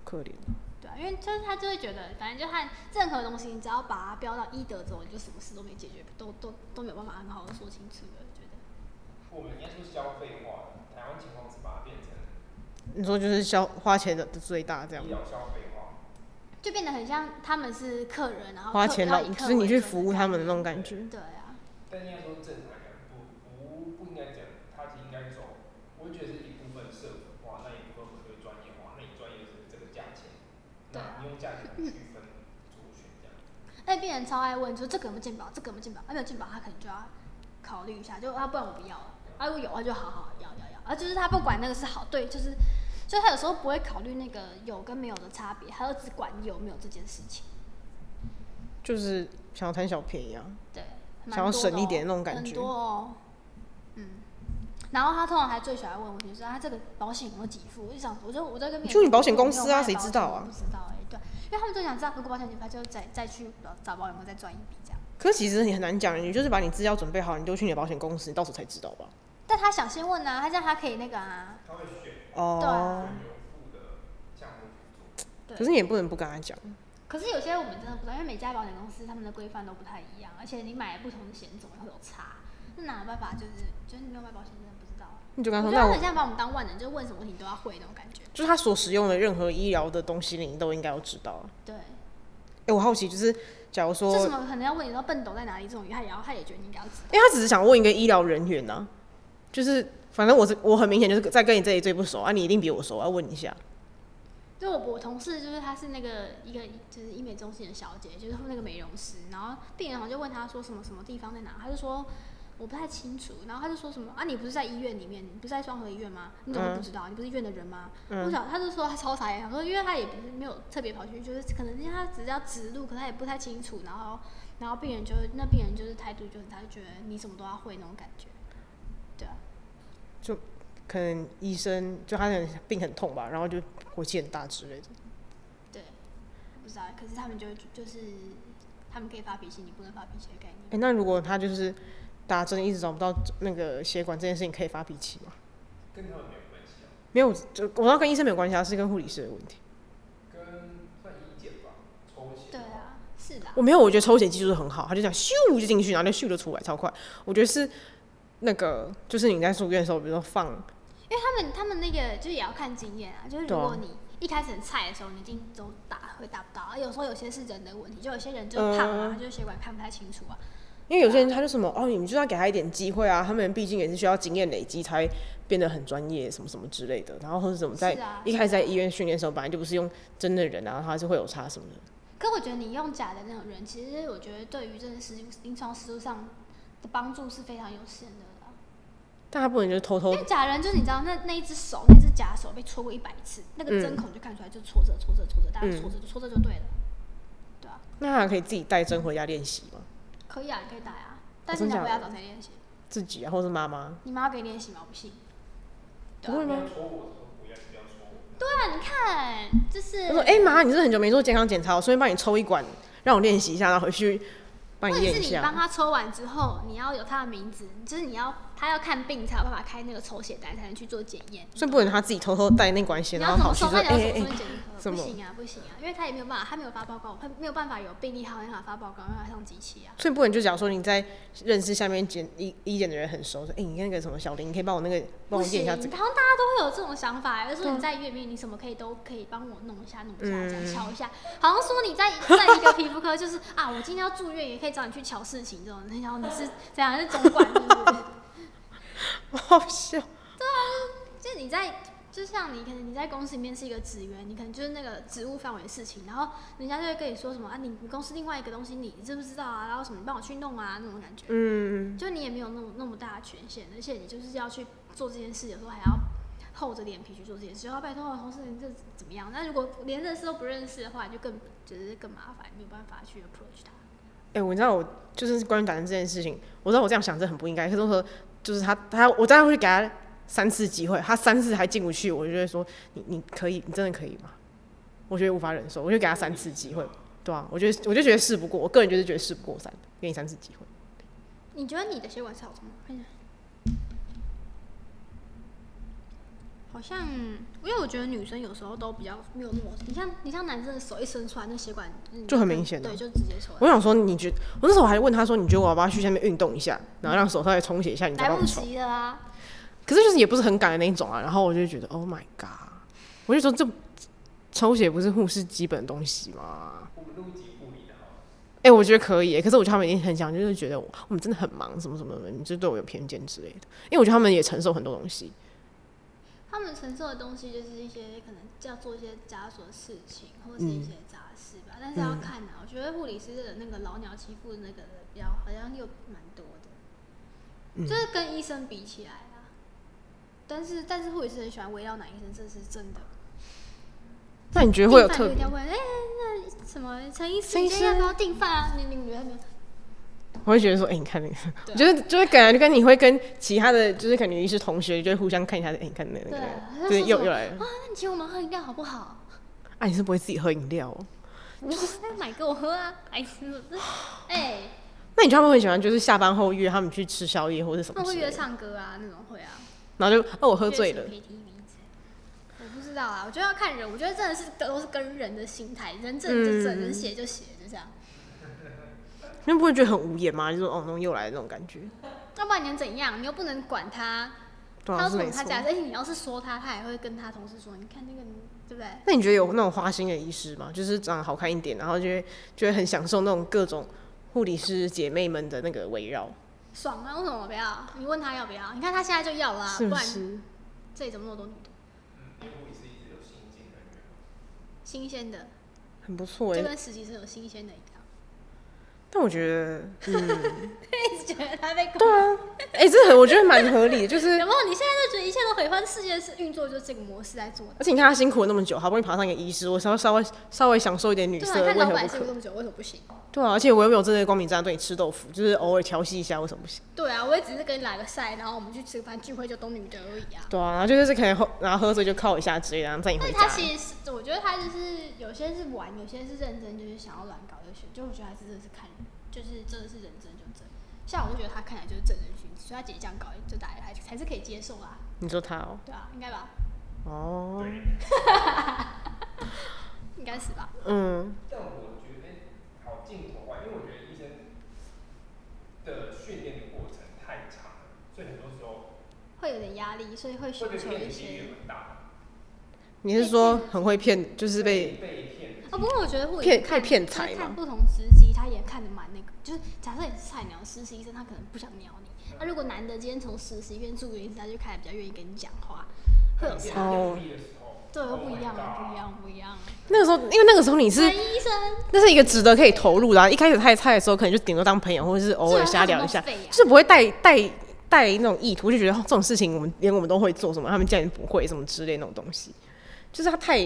Speaker 3: 可怜。
Speaker 2: 对啊，因为就是他就会觉得，反正就看任何东西，你只要把它标到医德之后，你就什么事都没解决，都都都没有办法很好的说清楚了。
Speaker 1: 我
Speaker 2: 我觉得
Speaker 1: 们应该说消费化的，台湾情况是把它变成
Speaker 3: 你说就是消花钱的最大这样
Speaker 1: 医，疗消费化，
Speaker 2: 就变得很像他们是客人，然后
Speaker 3: 花
Speaker 2: 客
Speaker 3: 钱
Speaker 2: 要
Speaker 3: 让
Speaker 2: 以客
Speaker 3: 就是你
Speaker 2: 为
Speaker 3: 去
Speaker 2: 尊
Speaker 3: 服务他们的那种感觉。
Speaker 2: 对啊，
Speaker 1: 但应该说正常人不不不应该讲，它其实应该走，我觉得是一部分社会化，那一部分我觉得专业化，那你专业是这个价钱，
Speaker 2: 对
Speaker 1: 那
Speaker 2: 啊
Speaker 1: 你用价钱去分族群这样。
Speaker 2: 那病人超爱问，说这个有没有健保，这个有没有健保，啊没有健保，他可能就要考虑一下，就啊不然我不要了，啊如果有啊就好好要要要，啊就是他不管那个是好对，就是就他有时候不会考虑那个有跟没有的差别，他就只管有没有这件事情，
Speaker 3: 就是想要贪小便宜啊。
Speaker 2: 对，蛮
Speaker 3: 想要
Speaker 2: 多的
Speaker 3: 省一
Speaker 2: 哦
Speaker 3: 点那种感觉
Speaker 2: 很多哦，嗯。然后他通常还最喜欢问我，就是啊，他这个保险有没有给付？我就想，我就我在跟别人
Speaker 3: 你去你
Speaker 2: 说
Speaker 3: 保险
Speaker 2: 我没有
Speaker 3: 公司啊
Speaker 2: 卖
Speaker 3: 谁
Speaker 2: 保
Speaker 3: 知
Speaker 2: 险
Speaker 3: 道
Speaker 2: 我
Speaker 3: 啊
Speaker 2: 不知道哎、对，因为他们就想知道，呃如果保险给付，他就再再去找保险公司再赚一笔这样。
Speaker 3: 可是其实你很难讲，你就是把你资料准备好，你就去你的保险公司，你到时候才知道吧。
Speaker 2: 但他想先问啊，他这样他可以那个啊，
Speaker 1: 他会选
Speaker 2: 对
Speaker 3: 哦
Speaker 2: 啊，
Speaker 1: 选有付的项目去做，
Speaker 2: 对。
Speaker 3: 可是你也不能不跟他讲。
Speaker 2: 可是有些我们真的不知道，因为每家保险公司他们的规范都不太一样，而且你买不同的险种也会有差，那哪有办法就是就是你没有买保险真的不知道。啊
Speaker 3: 你就跟他
Speaker 2: 我
Speaker 3: 说，
Speaker 2: 觉得
Speaker 3: 那
Speaker 2: 他
Speaker 3: 我
Speaker 2: 很像把我们当万能，就问什么问题都要会那种感觉。
Speaker 3: 就是他所使用的任何医疗的东西，你都应该要知道啊。
Speaker 2: 对，
Speaker 3: 哎、我好奇，就是假如说，
Speaker 2: 就什
Speaker 3: 因
Speaker 2: 么可能要问你，到笨斗在哪里这种语，他也要，他也觉得你应该要知道。
Speaker 3: 为他只是想问一个医疗人员呐、就是反正我是我很明显就是在跟你这里最不熟啊，你一定比我熟，我要问一下。
Speaker 2: 就我我同事就是她是那个一个就是医美中心的小姐，就是那个美容师，然后病人好像就问她说什么什么地方在哪，她就说我不太清楚，然后她就说什么啊你不是在医院里面，你不是在双河医院吗？你怎么会不知道？你不是医院的人吗？我想她就说她超傻眼，想说因为她也不是没有特别跑去，就是可能因为她只是要指路，可她也不太清楚，然后然后病人就那病人就是态度就是她就觉得你什么都要会那种感觉，对啊，
Speaker 3: 可能医生就他的病很痛吧，然后就火气很大之类的。
Speaker 2: 对，不知道，可是他们就就是他们可以发脾气，你不能发脾气的概念。
Speaker 3: 哎、那如果他就是打针一直找不到那个血管这件事情，可以发脾气吗？
Speaker 1: 跟他们没有关系啊，
Speaker 3: 没有，就我知道跟医生没有关系啊，是跟护理师的问题。
Speaker 1: 跟算医检吧，抽血。
Speaker 2: 对，啊，是的啊。
Speaker 3: 我没有，我觉得抽血技术很好，他就讲咻就进去，然后就咻就出来，超快。我觉得是那个，就是你在住院的时候，比如说放，
Speaker 2: 因为他们他们那个就是也要看经验啊，就是如
Speaker 3: 对啊
Speaker 2: 果你一开始很菜的时候，你一定都打会打不到，啊而有时候有些是人的问题，就有些人就是胖啊，
Speaker 3: 嗯
Speaker 2: 他就是血管看不太清楚啊，
Speaker 3: 因为有些人他就什么哦，你们就要给他一点机会啊，他们毕竟也是需要经验累积才变得很专业，什么什么之类的。然后或者怎么在
Speaker 2: 是啊
Speaker 3: 一开始在医院训练的时候，本来就不是用真的人啊，然后他是会有差什么的。
Speaker 2: 可我觉得你用假的那种人，其实我觉得对于真的实临床实务上的帮助是非常有限的啦。
Speaker 3: 但他不能就是偷偷
Speaker 2: 因为假人就是你知道那那一只手那只假手被戳过一百次，那个
Speaker 3: 嗯
Speaker 2: 针孔就看出来就戳着戳着戳着，大家戳着戳着就对了，对啊，
Speaker 3: 那他可以自己带针回家练习吗？
Speaker 2: 可以啊，你可以打啊，但是你
Speaker 3: 哦真
Speaker 2: 要
Speaker 3: 假
Speaker 2: 回
Speaker 3: 的
Speaker 2: 家找谁练习？
Speaker 3: 自己啊，或是妈妈？
Speaker 2: 你妈要给你练习吗？我不信。对啊
Speaker 3: 不会
Speaker 1: 不
Speaker 3: 吗
Speaker 1: 要？戳我的时候不要不要戳我。
Speaker 2: 那你看，就是
Speaker 3: 他说：“哎、妈，你是很久没做健康检查，我顺便帮你抽一管，让我练习一下，然后回去帮
Speaker 2: 问
Speaker 3: 哎你
Speaker 2: 题
Speaker 3: 验
Speaker 2: 是
Speaker 3: 一
Speaker 2: 你帮
Speaker 3: 下。
Speaker 2: 他抽完之后，你要有他的名字，就是你要他要看病才有办法开那个抽血单，才能去做检验。
Speaker 3: 所以不能他自己偷偷带那管
Speaker 2: 你
Speaker 3: 线，然
Speaker 2: 要
Speaker 3: 后
Speaker 2: 怎
Speaker 3: 跑
Speaker 2: 么
Speaker 3: 去
Speaker 2: 送？那
Speaker 3: 说：
Speaker 2: 你要怎
Speaker 3: 哎
Speaker 2: 么送
Speaker 3: 哎哎，
Speaker 2: 去检测？
Speaker 3: 什
Speaker 2: 不
Speaker 3: 么
Speaker 2: 行啊，不行啊，因为他也没有办法，他没有发报告，他没有办法有病历，他没有办法发报告，没有办法上机器啊。
Speaker 3: 所以不能就假如说你在认识下面检医医检的人很熟，说：哎、你那个什么小林，你可以帮我那个帮
Speaker 2: 不
Speaker 3: 我验
Speaker 2: 行，
Speaker 3: 一
Speaker 2: 好像
Speaker 3: 下这
Speaker 2: 大
Speaker 3: 个。
Speaker 2: 家都会有这种想法，哎就是说你在医院里面，你什么可以都可以帮我弄一下、弄一下、这
Speaker 3: 嗯
Speaker 2: 样瞧一下，好像说你在在一个皮肤科，就是啊，我今天要住院，也可以找你去瞧事情这种。然后你是怎样是总管是不是？
Speaker 3: 好笑。
Speaker 2: 就是你在，就像你可能你在公司里面是一个职员，你可能就是那个职务范围的事情，然后人家就会跟你说什么啊，你你公司另外一个东西你知不知道啊？然后什么你帮我去弄啊那种感觉，
Speaker 3: 嗯，
Speaker 2: 就你也没有那么那么大的权限，而且你就是要去做这件事，有时候还要厚着脸皮去做这件事。哦要拜托同事你这怎么样？那如果连认识都不认识的话，你就更就是更麻烦，没有办法去 approach 他。
Speaker 3: 哎、我知道我就是关于打针这件事情，我知道我这样想这很不应该。可是我说，就是他他我再会给他三次机会，他三次还进不去，我就会说你你可以，你真的可以吗？我觉得无法忍受，我就给他三次机会，对啊，我觉得我就觉得试不过，我个人就是觉得试不过三，给你三次机会。
Speaker 2: 你觉得你的血管是好的吗？看一下，好像，因为我觉得女生有时候都比较没有那么，你像你像男生的手一伸出来，那血管嗯
Speaker 3: 就很明显啊
Speaker 2: 对，就直接抽了，
Speaker 3: 我想说，你觉我那时候还问他说，你觉得我要不要去下面运动一下，然后让手稍微充血一下，你再
Speaker 2: 来
Speaker 3: 帮我
Speaker 2: 不
Speaker 3: 抽？
Speaker 2: 及了啊！
Speaker 3: 可是就是也不是很赶的那一种啊。然后我就觉得，Oh my god！我就说这抽血不是护士基本的东西吗？
Speaker 1: 我们录几部里的好了，
Speaker 3: 哎、我觉得可以耶，可是我觉得他们已经很想，就是觉得我我们真的很忙，什么什么的，你就对我有偏见之类的。因为我觉得他们也承受很多东西，
Speaker 2: 他们承受的东西就是一些可能要做一些枷锁的事情，或者是
Speaker 3: 嗯
Speaker 2: 一些杂事吧，但是要看啊，我觉得护理师的那个老鸟欺负那个的比较好像又蛮多的，
Speaker 3: 嗯
Speaker 2: 就是跟医生比起来啦。但是但是护理师很喜欢围绕男医生，这是真的。
Speaker 3: 那你觉得
Speaker 2: 订
Speaker 3: 会有
Speaker 2: 饭
Speaker 3: 特
Speaker 2: 就一定
Speaker 3: 别
Speaker 2: 要？问，哎、那什么陈医师，
Speaker 3: 陈
Speaker 2: 你
Speaker 3: 医
Speaker 2: 今天要
Speaker 3: 师
Speaker 2: 不要订饭啊？你你女儿没有？
Speaker 3: 我会觉得说，哎、你看那个，
Speaker 2: 对啊
Speaker 3: 我觉得就会感觉就跟你会跟其他的就是可能女医师同学就会互相看一下，哎、你看那个
Speaker 2: 对
Speaker 3: 那
Speaker 2: 啊
Speaker 3: 个，对，又又来了。
Speaker 2: 那你请我们喝饮料好不好？
Speaker 3: 啊，你是不会自己喝饮料、哦？
Speaker 2: 我那买给我喝啊，白痴！ 哎、
Speaker 3: 那你觉得他们会喜欢就是下班后约他们去吃宵夜或者什
Speaker 2: 那
Speaker 3: 么
Speaker 2: 会
Speaker 3: 之类
Speaker 2: 约
Speaker 3: 的？
Speaker 2: 唱歌啊，那种会啊。
Speaker 3: 然后就哦，我喝醉了
Speaker 2: 乐。器 KTV 之类的我不知道啊，我觉得要看人，我觉得真的是都是跟人的心态，人
Speaker 3: 嗯
Speaker 2: 正就正，人写就写，就这样。
Speaker 3: 你们不会觉得很无言吗？就是哦，那种又来的那种感觉。
Speaker 2: 要不然你能怎样？你又不能管他，
Speaker 3: 对
Speaker 2: 他
Speaker 3: 啊，
Speaker 2: 要
Speaker 3: 是
Speaker 2: 从
Speaker 3: 没
Speaker 2: 他
Speaker 3: 错。
Speaker 2: 家，而且你要是说他，他也会跟他同事说，你看那个，对不对？
Speaker 3: 那你觉得有那种花心的医师吗？就是长得好看一点，然后就会就会很享受那种各种护理师姐妹们的那个围绕，
Speaker 2: 爽啊！为什么我不要？你问他要不要？你看他现在就要啦、
Speaker 3: 是不
Speaker 2: 啊然
Speaker 3: 是？
Speaker 2: 这里怎么那么多女的？
Speaker 1: 嗯，因为我也是一直有新进人员嘛，
Speaker 2: 新鲜的，
Speaker 3: 很不错哎、
Speaker 2: 就跟实习生有新鲜的一样。
Speaker 3: 但我觉得，
Speaker 2: 一直觉得他被攻。
Speaker 3: 对啊， 哎、这很我觉得蛮合理的，就是
Speaker 2: 有没有？你现在就觉得一切都很欢，世界是运作就是这个模式在做的。
Speaker 3: 而且你看他辛苦了那么久，好不容易爬上一个医师，我稍微稍微稍微享受一点女
Speaker 2: 对
Speaker 3: 色，
Speaker 2: 啊，你看
Speaker 3: 为
Speaker 2: 老
Speaker 3: 何
Speaker 2: 板
Speaker 3: 不
Speaker 2: 辛苦
Speaker 3: 可？
Speaker 2: 这么久，为什么不行？
Speaker 3: 对啊，而且我又没有真的光明正大对你吃豆腐，就是偶尔调戏一下，为什么不行？
Speaker 2: 对啊，我也只是跟你来个赛，然后我们去吃个饭聚会，就都女的而已啊。
Speaker 3: 对啊，然后就是可能喝，然后喝醉就靠一下之类的，然后载你
Speaker 2: 但
Speaker 3: 回
Speaker 2: 是
Speaker 3: 家
Speaker 2: 他。其实是，我觉得他就是有些是玩，有些是认真，就是想要乱搞就选。就我觉得还是真的是看人，就是真的是人真就真。像我就觉得他看起来就是正人君子，所以他姐姐这样搞，就大家还还是可以接受啦，啊
Speaker 3: 你说他哦，
Speaker 2: 对啊，应该吧，
Speaker 3: 哦，
Speaker 1: 对。
Speaker 2: 应该是吧。
Speaker 3: 嗯，
Speaker 1: 但我觉得好镜头啊外，因为我觉得医生的训练的过程太长了，所以很多时候
Speaker 2: 会有点压力，所以会寻
Speaker 1: 会被
Speaker 2: 求
Speaker 1: 骗
Speaker 2: 一
Speaker 1: 的几率
Speaker 2: 些
Speaker 1: 也。蛮大
Speaker 3: 你是说很会骗，就
Speaker 1: 的，
Speaker 3: 是被
Speaker 1: 被骗的
Speaker 2: 啊，不过我觉得护理
Speaker 3: 骗
Speaker 2: 看
Speaker 3: 太骗
Speaker 2: 就是
Speaker 3: 财
Speaker 2: 看
Speaker 3: 嘛
Speaker 2: 不同时机，他也看得蛮那个。就是假设你是菜鸟实习医生，他可能不想鸟你。那、如果难得今天从实习院住院医师，他就开始比较愿意跟你讲话，会有
Speaker 1: 你变
Speaker 2: 差。
Speaker 3: 哦
Speaker 1: 成病例的时候，
Speaker 2: 对，又
Speaker 1: Oh
Speaker 2: 不
Speaker 1: my
Speaker 2: 一样了，不
Speaker 1: God
Speaker 2: 一。样，不一样。
Speaker 3: 那个时候，因为那个时候你
Speaker 2: 蔡
Speaker 3: 是
Speaker 2: 医生，
Speaker 3: 那是一个值得可以投入的、啊，一开始太菜的时候，可能就顶多当朋友，或者是偶尔瞎聊一
Speaker 2: 虽
Speaker 3: 下，
Speaker 2: 然他们都废啊
Speaker 3: 就是不会带带带那种意图，就觉得哦这种事情我们连我们都会做什么，他们竟然不会什么之类那种东西，就是他太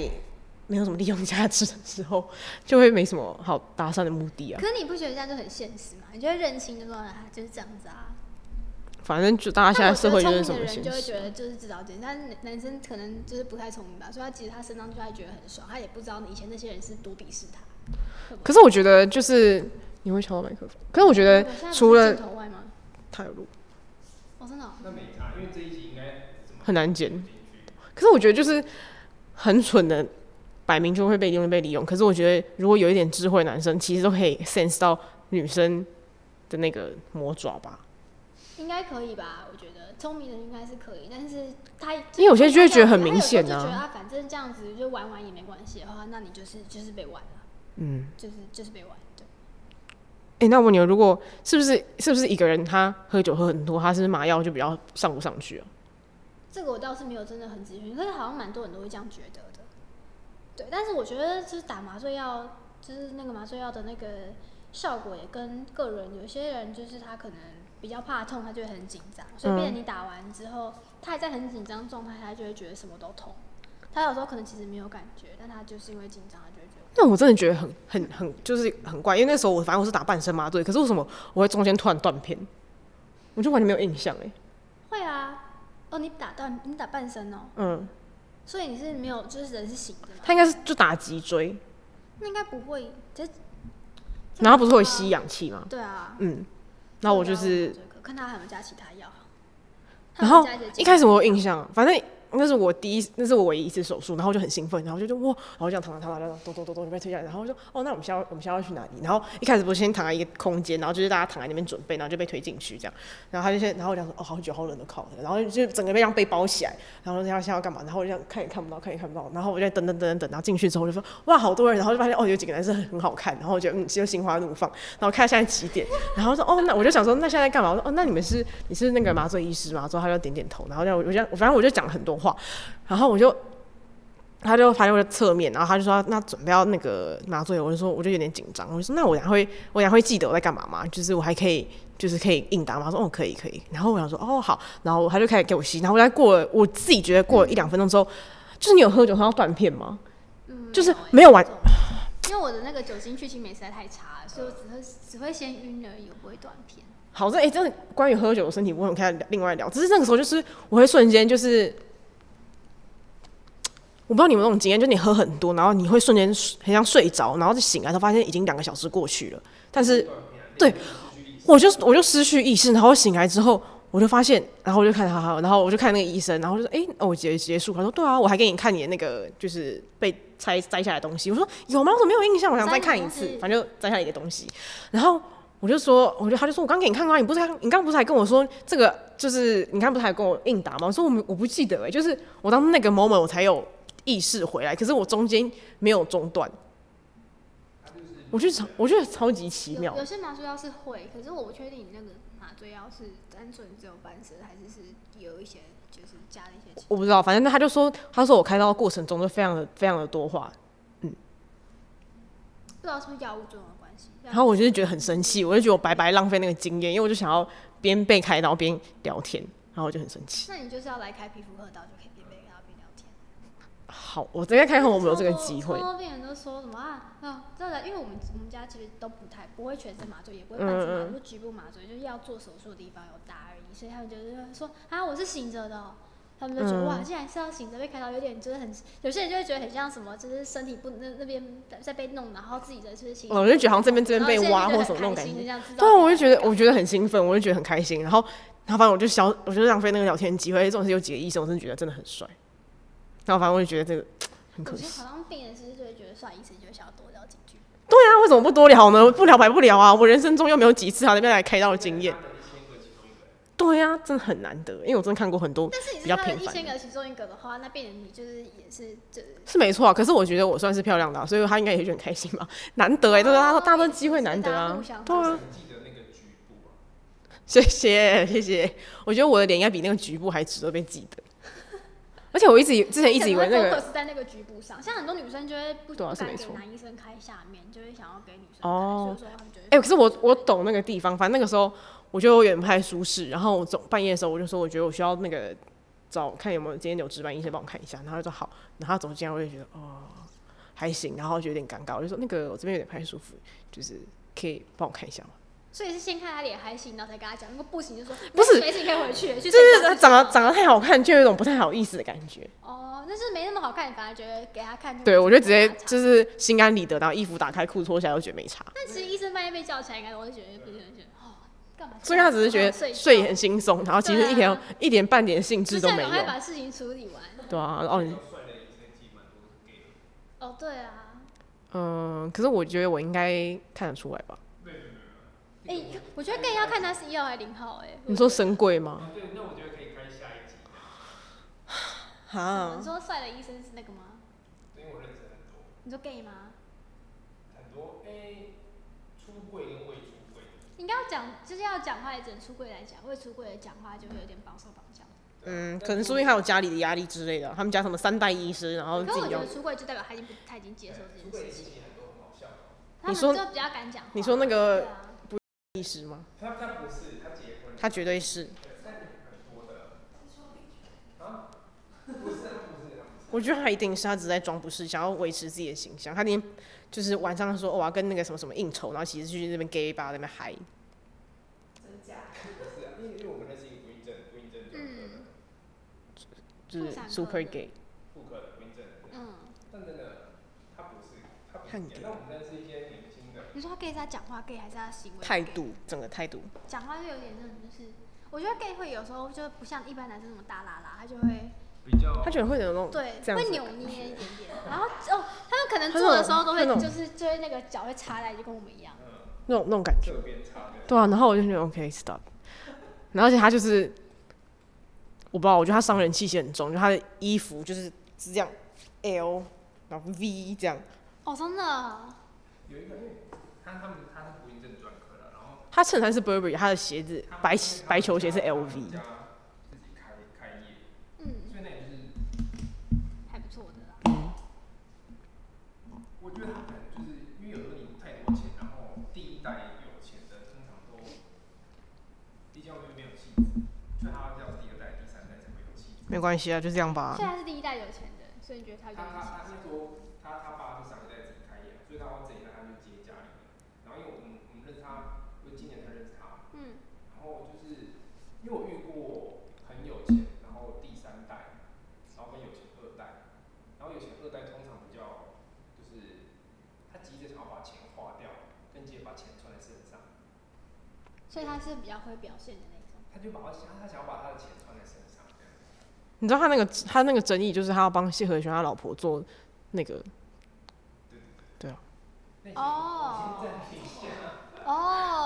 Speaker 3: 没有什么利用价值的时候，就会没什么好搭讪的目的啊。
Speaker 2: 可是你不觉得这样就很现实吗？你就会认清，就说啊，就是这样子啊。
Speaker 3: 反正就大家现
Speaker 2: 但
Speaker 3: 在
Speaker 2: 我觉得
Speaker 3: 社啊会
Speaker 2: 聪明
Speaker 3: 就是什
Speaker 2: 的
Speaker 3: 么
Speaker 2: 人
Speaker 3: 现
Speaker 2: 就会
Speaker 3: 实
Speaker 2: 觉，得就是至少点，但是男男生可能就是不太聪明吧，所以他其实他身上就他觉得很爽，他也不知道以前那些人是多鄙视他。
Speaker 3: 可是我觉得就是你会敲到麦克风，可是我觉得
Speaker 2: 我现在不是
Speaker 3: 除了
Speaker 2: 镜头外吗？
Speaker 3: 太有路
Speaker 2: 哦，真的哦、
Speaker 1: 那没差，因为这一集应该怎么
Speaker 3: 很难剪
Speaker 1: 剪，进去？
Speaker 3: 可是我觉得就是很蠢的，摆明就会被利用被利用。可是我觉得如果有一点智慧，男生其实都可以 sense 到女生的那个魔爪吧。
Speaker 2: 应该可以吧？我觉得聪明的人应该是可以，但是他
Speaker 3: 因为有些就会觉得很明显
Speaker 2: 啊，他
Speaker 3: 啊
Speaker 2: 有时候就觉得啊，反正这样子就玩玩也没关系的话，那你就是就是被玩了，
Speaker 3: 嗯，
Speaker 2: 就是就是被玩。对，
Speaker 3: 诶，那我问你，哦如果是不是是不是一个人他喝酒喝很多，他是不是麻药就比较上不上去啊？
Speaker 2: 这个我倒是没有真的很咨询，可是好像蛮多人都会这样觉得的。对，但是我觉得就是打麻醉药，就是那个麻醉药的那个效果也跟个人，有些人就是他可能比较怕痛，他就会很紧张，所以变成你打完之后，他还在很紧张状态，他就会觉得什么都痛。他有时候可能其实没有感觉，但他就是因为紧张，他就会觉得。
Speaker 3: 那我真的觉得很很很就是很怪，因为那时候我反正我是打半身麻醉，可是为什么我会中间突然断片？我就完全没有印象诶。
Speaker 2: 会啊，哦，你打断你打半身哦，
Speaker 3: 嗯，
Speaker 2: 所以你是没有，就是人是醒的嘛？
Speaker 3: 他应该是就打脊椎，
Speaker 2: 那应该不会，这
Speaker 3: 然后不是会吸？氧气吗？
Speaker 2: 对啊，
Speaker 3: 嗯，然后我就是
Speaker 2: 看他还有没有加其他药，
Speaker 3: 然后
Speaker 2: 他有没有加些
Speaker 3: 一开始我有印象，反正那是我第一，那是我唯一一次手术，然后我就很兴奋，然后我就觉得哇，然后这样躺躺躺躺躺，咚咚咚咚就被推下来，然后我就哦，那我们下我们下要去哪里？然后一开始不是先躺在一个空间，然后就是大家躺在那边准备，然后就被推进去这样，然后他就先，然后我讲说哦，好久好冷都靠了，然后就整个被这样被包起来，然后要现在要干嘛？然后我就这样看也看不到，看也看不到，然后我就在等等等等等，然后进去之后我就说哇，好多人，然后就发现哦，有几个男生很很好看，然后我就嗯，就心花怒放，然后看现在几点，然后说哦，那我就想说，那现在干嘛？我说哦，那你们是你是那个麻醉医师吗？之后他就点点头，然后就我就这样，反正我就讲了很多话，然后我就他就反正我就侧面，然后他就说那准备要那个麻醉，我就说我就有点紧张，我就说那我俩会我俩会记得我在干嘛吗？就是我还可以就是可以应答吗？他说哦可以可以，然后我想说哦好，然后他就开始给我吸，然后我在过了我自己觉得过了一两分钟之后，就是你有喝酒喝到断片吗？
Speaker 2: 嗯
Speaker 3: 就是
Speaker 2: 欸
Speaker 3: 没有完
Speaker 2: 这种因为我的那个酒精去青酶实在太差了，所以我只会只会先晕而已，我不会断片。
Speaker 3: 好，这哎、真的关于喝酒的身体，我们可以聊另外聊。只是那个时候，就是我会瞬间就是，我不知道你们有没有那种经验，就你喝很多，然后你会瞬间很像睡着，然后就醒来，然后发现已经两个小时过去了。但是
Speaker 1: 断片啊
Speaker 3: 对，
Speaker 1: 那个失去意识
Speaker 3: 我就我就失去意识，然后醒来之后，我就发现，然后我就看他，然后我就看那个医生，然后就说，哎、哦我结结束。他说，对啊，我还给你看你的那个就是被拆摘下来的东西。我说有吗？我怎么没有印象？我想再看一次
Speaker 2: 摘你的东，西
Speaker 3: 反正就摘下来一个东西。然后我就说，我就他就说，我刚给你看过啊，你不是还你刚不是还跟我说这个就是你刚不是还跟我应答吗？我说我没我不记得哎、就是我当那个 moment 我才有意识回来，可是我中间没有中断，我觉得超我觉得超级奇妙
Speaker 2: 有。有些麻醉药是会，可是我不确定你那个麻醉药是单纯只有半身，还是是有一些就是加了一些情
Speaker 3: 我不知道，反正他就说，他说我开刀的过程中就非常的非常的多话，
Speaker 2: 不知道是不是药物作用的关系。
Speaker 3: 然后我就是觉得很生气，我就觉得我白白浪费那个经验，因为我就想要边被开刀边聊天，然后我就很生气。
Speaker 2: 那你就是要来开皮肤科的刀，就可以边被然后边聊天。
Speaker 3: 好，我应该看看我有没有这个机会
Speaker 2: 超。多病人都说什么啊？啊，这个，因为我们我们家其实都不太不会全身麻醉，也不会半身麻
Speaker 3: 嗯嗯
Speaker 2: 醉，就局部麻醉，就是要做手术的地方有打而已，所以他们就是说啊，我是醒着的哦、他们就觉得、
Speaker 3: 嗯
Speaker 2: 哇，竟然是要醒着被开刀，有点就是很，有些人就会觉得很像什么，就是身体不那那边在被弄，然后自己的就是情绪
Speaker 3: 哦我就觉得好像这边这
Speaker 2: 然后有些
Speaker 3: 边被
Speaker 2: 人
Speaker 3: 挖
Speaker 2: 就觉
Speaker 3: 或什么
Speaker 2: 得
Speaker 3: 那
Speaker 2: 很
Speaker 3: 种感
Speaker 2: 开
Speaker 3: 觉
Speaker 2: 心。这样知道
Speaker 3: 对啊，我就
Speaker 2: 自己
Speaker 3: 觉
Speaker 2: 在
Speaker 3: 得我觉得很兴奋，我就觉得很开心。然后，然后反正我就消，我就浪费那个聊天机会。这种是有几个医生，我真的觉得真的很帅。然后反正我就觉得这个很可
Speaker 2: 有些
Speaker 3: 惜。
Speaker 2: 好像病人是不是就会觉得帅医生就会想要多聊几句。
Speaker 3: 对啊，为什么不多聊呢？不聊白不聊啊！我人生中又没有几次啊那边来开刀的经验。对啊，真的很难得，因为我真的看过很多，
Speaker 2: 但是你
Speaker 3: 比
Speaker 2: 是
Speaker 3: 较
Speaker 2: 他
Speaker 3: 平
Speaker 2: 的一
Speaker 3: 凡
Speaker 2: 千
Speaker 3: 的
Speaker 2: 个其中一个的话，那病人你就是也是就是
Speaker 3: 是没错啊。可是我觉得我算是漂亮的啊、所以他应该也觉得很开心吧。 难得哎、欸，对啊，
Speaker 2: 哦
Speaker 3: 大家都机会难得
Speaker 2: 所以大家
Speaker 3: 啊
Speaker 2: 互相。
Speaker 3: 对啊，
Speaker 1: 记得那个局部啊，
Speaker 3: 谢谢谢谢，我觉得我的脸应该比那个局部还值得被记得。而且我一直以之前一直以为那
Speaker 2: 可能会
Speaker 3: 个
Speaker 2: focus 在那个局部上，像很多女生就会不
Speaker 3: 对啊
Speaker 2: 不
Speaker 3: 是没
Speaker 2: 敢给
Speaker 3: 错
Speaker 2: 男医生开下面，就会想要给女生开，
Speaker 3: 哦
Speaker 2: 所以说他们觉得
Speaker 3: 哎、可是我我懂那个地方，反正那个时候我就有点不太舒适，然后我总半夜的时候我就说我觉得我需要那个找看有没有今天有值班医生帮我看一下，然后他就说好，然后他走进来我就觉得哦还行，然后就有点尴尬，我就说那个我这边有点不太舒服，就是可以帮我看一下吗？
Speaker 2: 所以是先看他脸还行，然后才跟他讲，如果不行就说
Speaker 3: 不是
Speaker 2: 没事没事你可以回去，去
Speaker 3: 就是
Speaker 2: 睡
Speaker 3: 呃
Speaker 2: 觉
Speaker 3: 长得长得太好看，就有一种不太好意思的感觉。
Speaker 2: 哦，但是没那么好看，你反而觉得给他看，
Speaker 3: 对，我就直接
Speaker 2: 就。
Speaker 3: 就是是心安理得，然后衣服打开，裤脱下来，我觉得没差。
Speaker 2: 但其实医生半夜被叫起来，应该我会觉得不是很觉得哦，干嘛？哦
Speaker 3: 所以他只是觉得嗯睡很轻松，然后其实一点、
Speaker 2: 对啊
Speaker 3: 一点半点兴致
Speaker 2: 就
Speaker 3: 都
Speaker 2: 想
Speaker 3: 没有
Speaker 2: 赶。快把事情处理完。
Speaker 3: 对啊，哦，你
Speaker 2: 哦，对啊，
Speaker 3: 嗯，可是我觉得我应该看得出来吧？
Speaker 2: 哎、我觉得更要看他是一号还是零号、哎，
Speaker 3: 你说神贵吗？
Speaker 1: 啊对，那我觉得可以开下一集，
Speaker 3: 啊
Speaker 2: 你，说帅的医生是那个吗？
Speaker 1: 因为我认识很多
Speaker 2: 你说 gay 吗？
Speaker 1: 很多诶，出柜跟未出柜，
Speaker 2: 应该要讲，就是要讲话也只能出柜来讲，未出柜的讲话就会有点绑手绑脚。
Speaker 3: 嗯，可能说不定还有家里的压力之类的。啊他们家什么三代医师，然后
Speaker 2: 可
Speaker 3: 哦自
Speaker 2: 我
Speaker 3: 己
Speaker 2: 觉
Speaker 3: 要
Speaker 2: 得出柜就代表他已经不，他已经接受这件事情，他
Speaker 3: 你
Speaker 2: 们
Speaker 3: 说
Speaker 2: 就比较敢讲话。
Speaker 3: 你说那个
Speaker 2: 对啊
Speaker 3: 医师吗？
Speaker 1: 他他不是他结婚了，
Speaker 3: 他绝对是。
Speaker 1: 但很多的，啊， 不是他不是他不是，
Speaker 3: 我觉得他一定是他只是在装不是，想要维持自己的形象。他连就是晚上说、哦、我要跟那个什么什么应酬，然后其实去那边 gay 吧那边嗨。
Speaker 1: 不是啊，因为因为我们认识一个不孕症不孕症专科的
Speaker 2: 嗯
Speaker 3: 就是
Speaker 2: 妇产科
Speaker 3: super
Speaker 2: 的
Speaker 3: gay，
Speaker 1: 妇科的不孕症的，
Speaker 2: 嗯，
Speaker 1: 但真的他不是他不
Speaker 3: 看
Speaker 1: 是
Speaker 3: 给
Speaker 1: gay，但我们认识一些年轻的，
Speaker 2: 你说他 gay 是他讲话 gay 还是他行为 gay？
Speaker 3: 态度，整个态度。
Speaker 2: 讲话就有点那种，就是我觉得 gay 会有时候就不像一般男生那么大啦啦，他就会
Speaker 1: 比较
Speaker 3: 他觉得会有那种
Speaker 2: 对
Speaker 3: 哦这样
Speaker 2: 会
Speaker 3: 子
Speaker 2: 扭捏一点点，然后哦，他们可能
Speaker 3: 他那
Speaker 2: 做的
Speaker 3: 种
Speaker 2: 时候都会
Speaker 3: 他那种
Speaker 2: 就是就会那个脚会插在，就跟我们一样。
Speaker 1: 嗯
Speaker 3: 那种那种感觉。
Speaker 1: 这边差的，
Speaker 3: 对啊，然后我就觉得 OK stop，然后而且他就是我不知道，我觉得他伤人气息很重，就他的衣服就是是这样 L 然后 V 这样，
Speaker 2: 哦，真的，
Speaker 1: 有一个因为他他们他是不孕症专科的，然后
Speaker 3: 他衬衫是 Burberry，他的鞋子
Speaker 1: 他们
Speaker 3: 白
Speaker 1: 因为他们
Speaker 3: 白球鞋是
Speaker 1: 家
Speaker 3: LV，
Speaker 1: 他们家自己开开业，
Speaker 2: 嗯，
Speaker 1: 所以那也就是
Speaker 2: 还不错的啦。
Speaker 1: 我觉得他可能就是因为有时候你太多钱，然后第一代有钱的通常都比较没有气质，所以他要到第二代、第三代才会有气质。
Speaker 3: 没关系啊，就这样吧
Speaker 2: 虽。然是第一代有钱的，所以你觉得
Speaker 1: 他
Speaker 2: 他有点
Speaker 1: 他他是说他他爸是上一代自己开业，所以他要这一代他就接家里的。然后因为我们我们认识他，我今年才认识他，
Speaker 2: 嗯，
Speaker 1: 然后就是因为我遇过很有钱，然后第三代，然后跟有钱二代，然后有钱二代通常比较就是他急着想要把钱花掉，跟急着把钱穿在身上，
Speaker 2: 所以他是比较会表现的那种。
Speaker 1: 他就把他想他想要把他的钱穿在身上这样。
Speaker 3: 你知道他那个他那个争议就是他要帮谢和弦他老婆做那个
Speaker 1: 对对对。那
Speaker 3: 对啊。
Speaker 1: 你先
Speaker 2: 哦
Speaker 1: 暂停一下。
Speaker 2: 哦，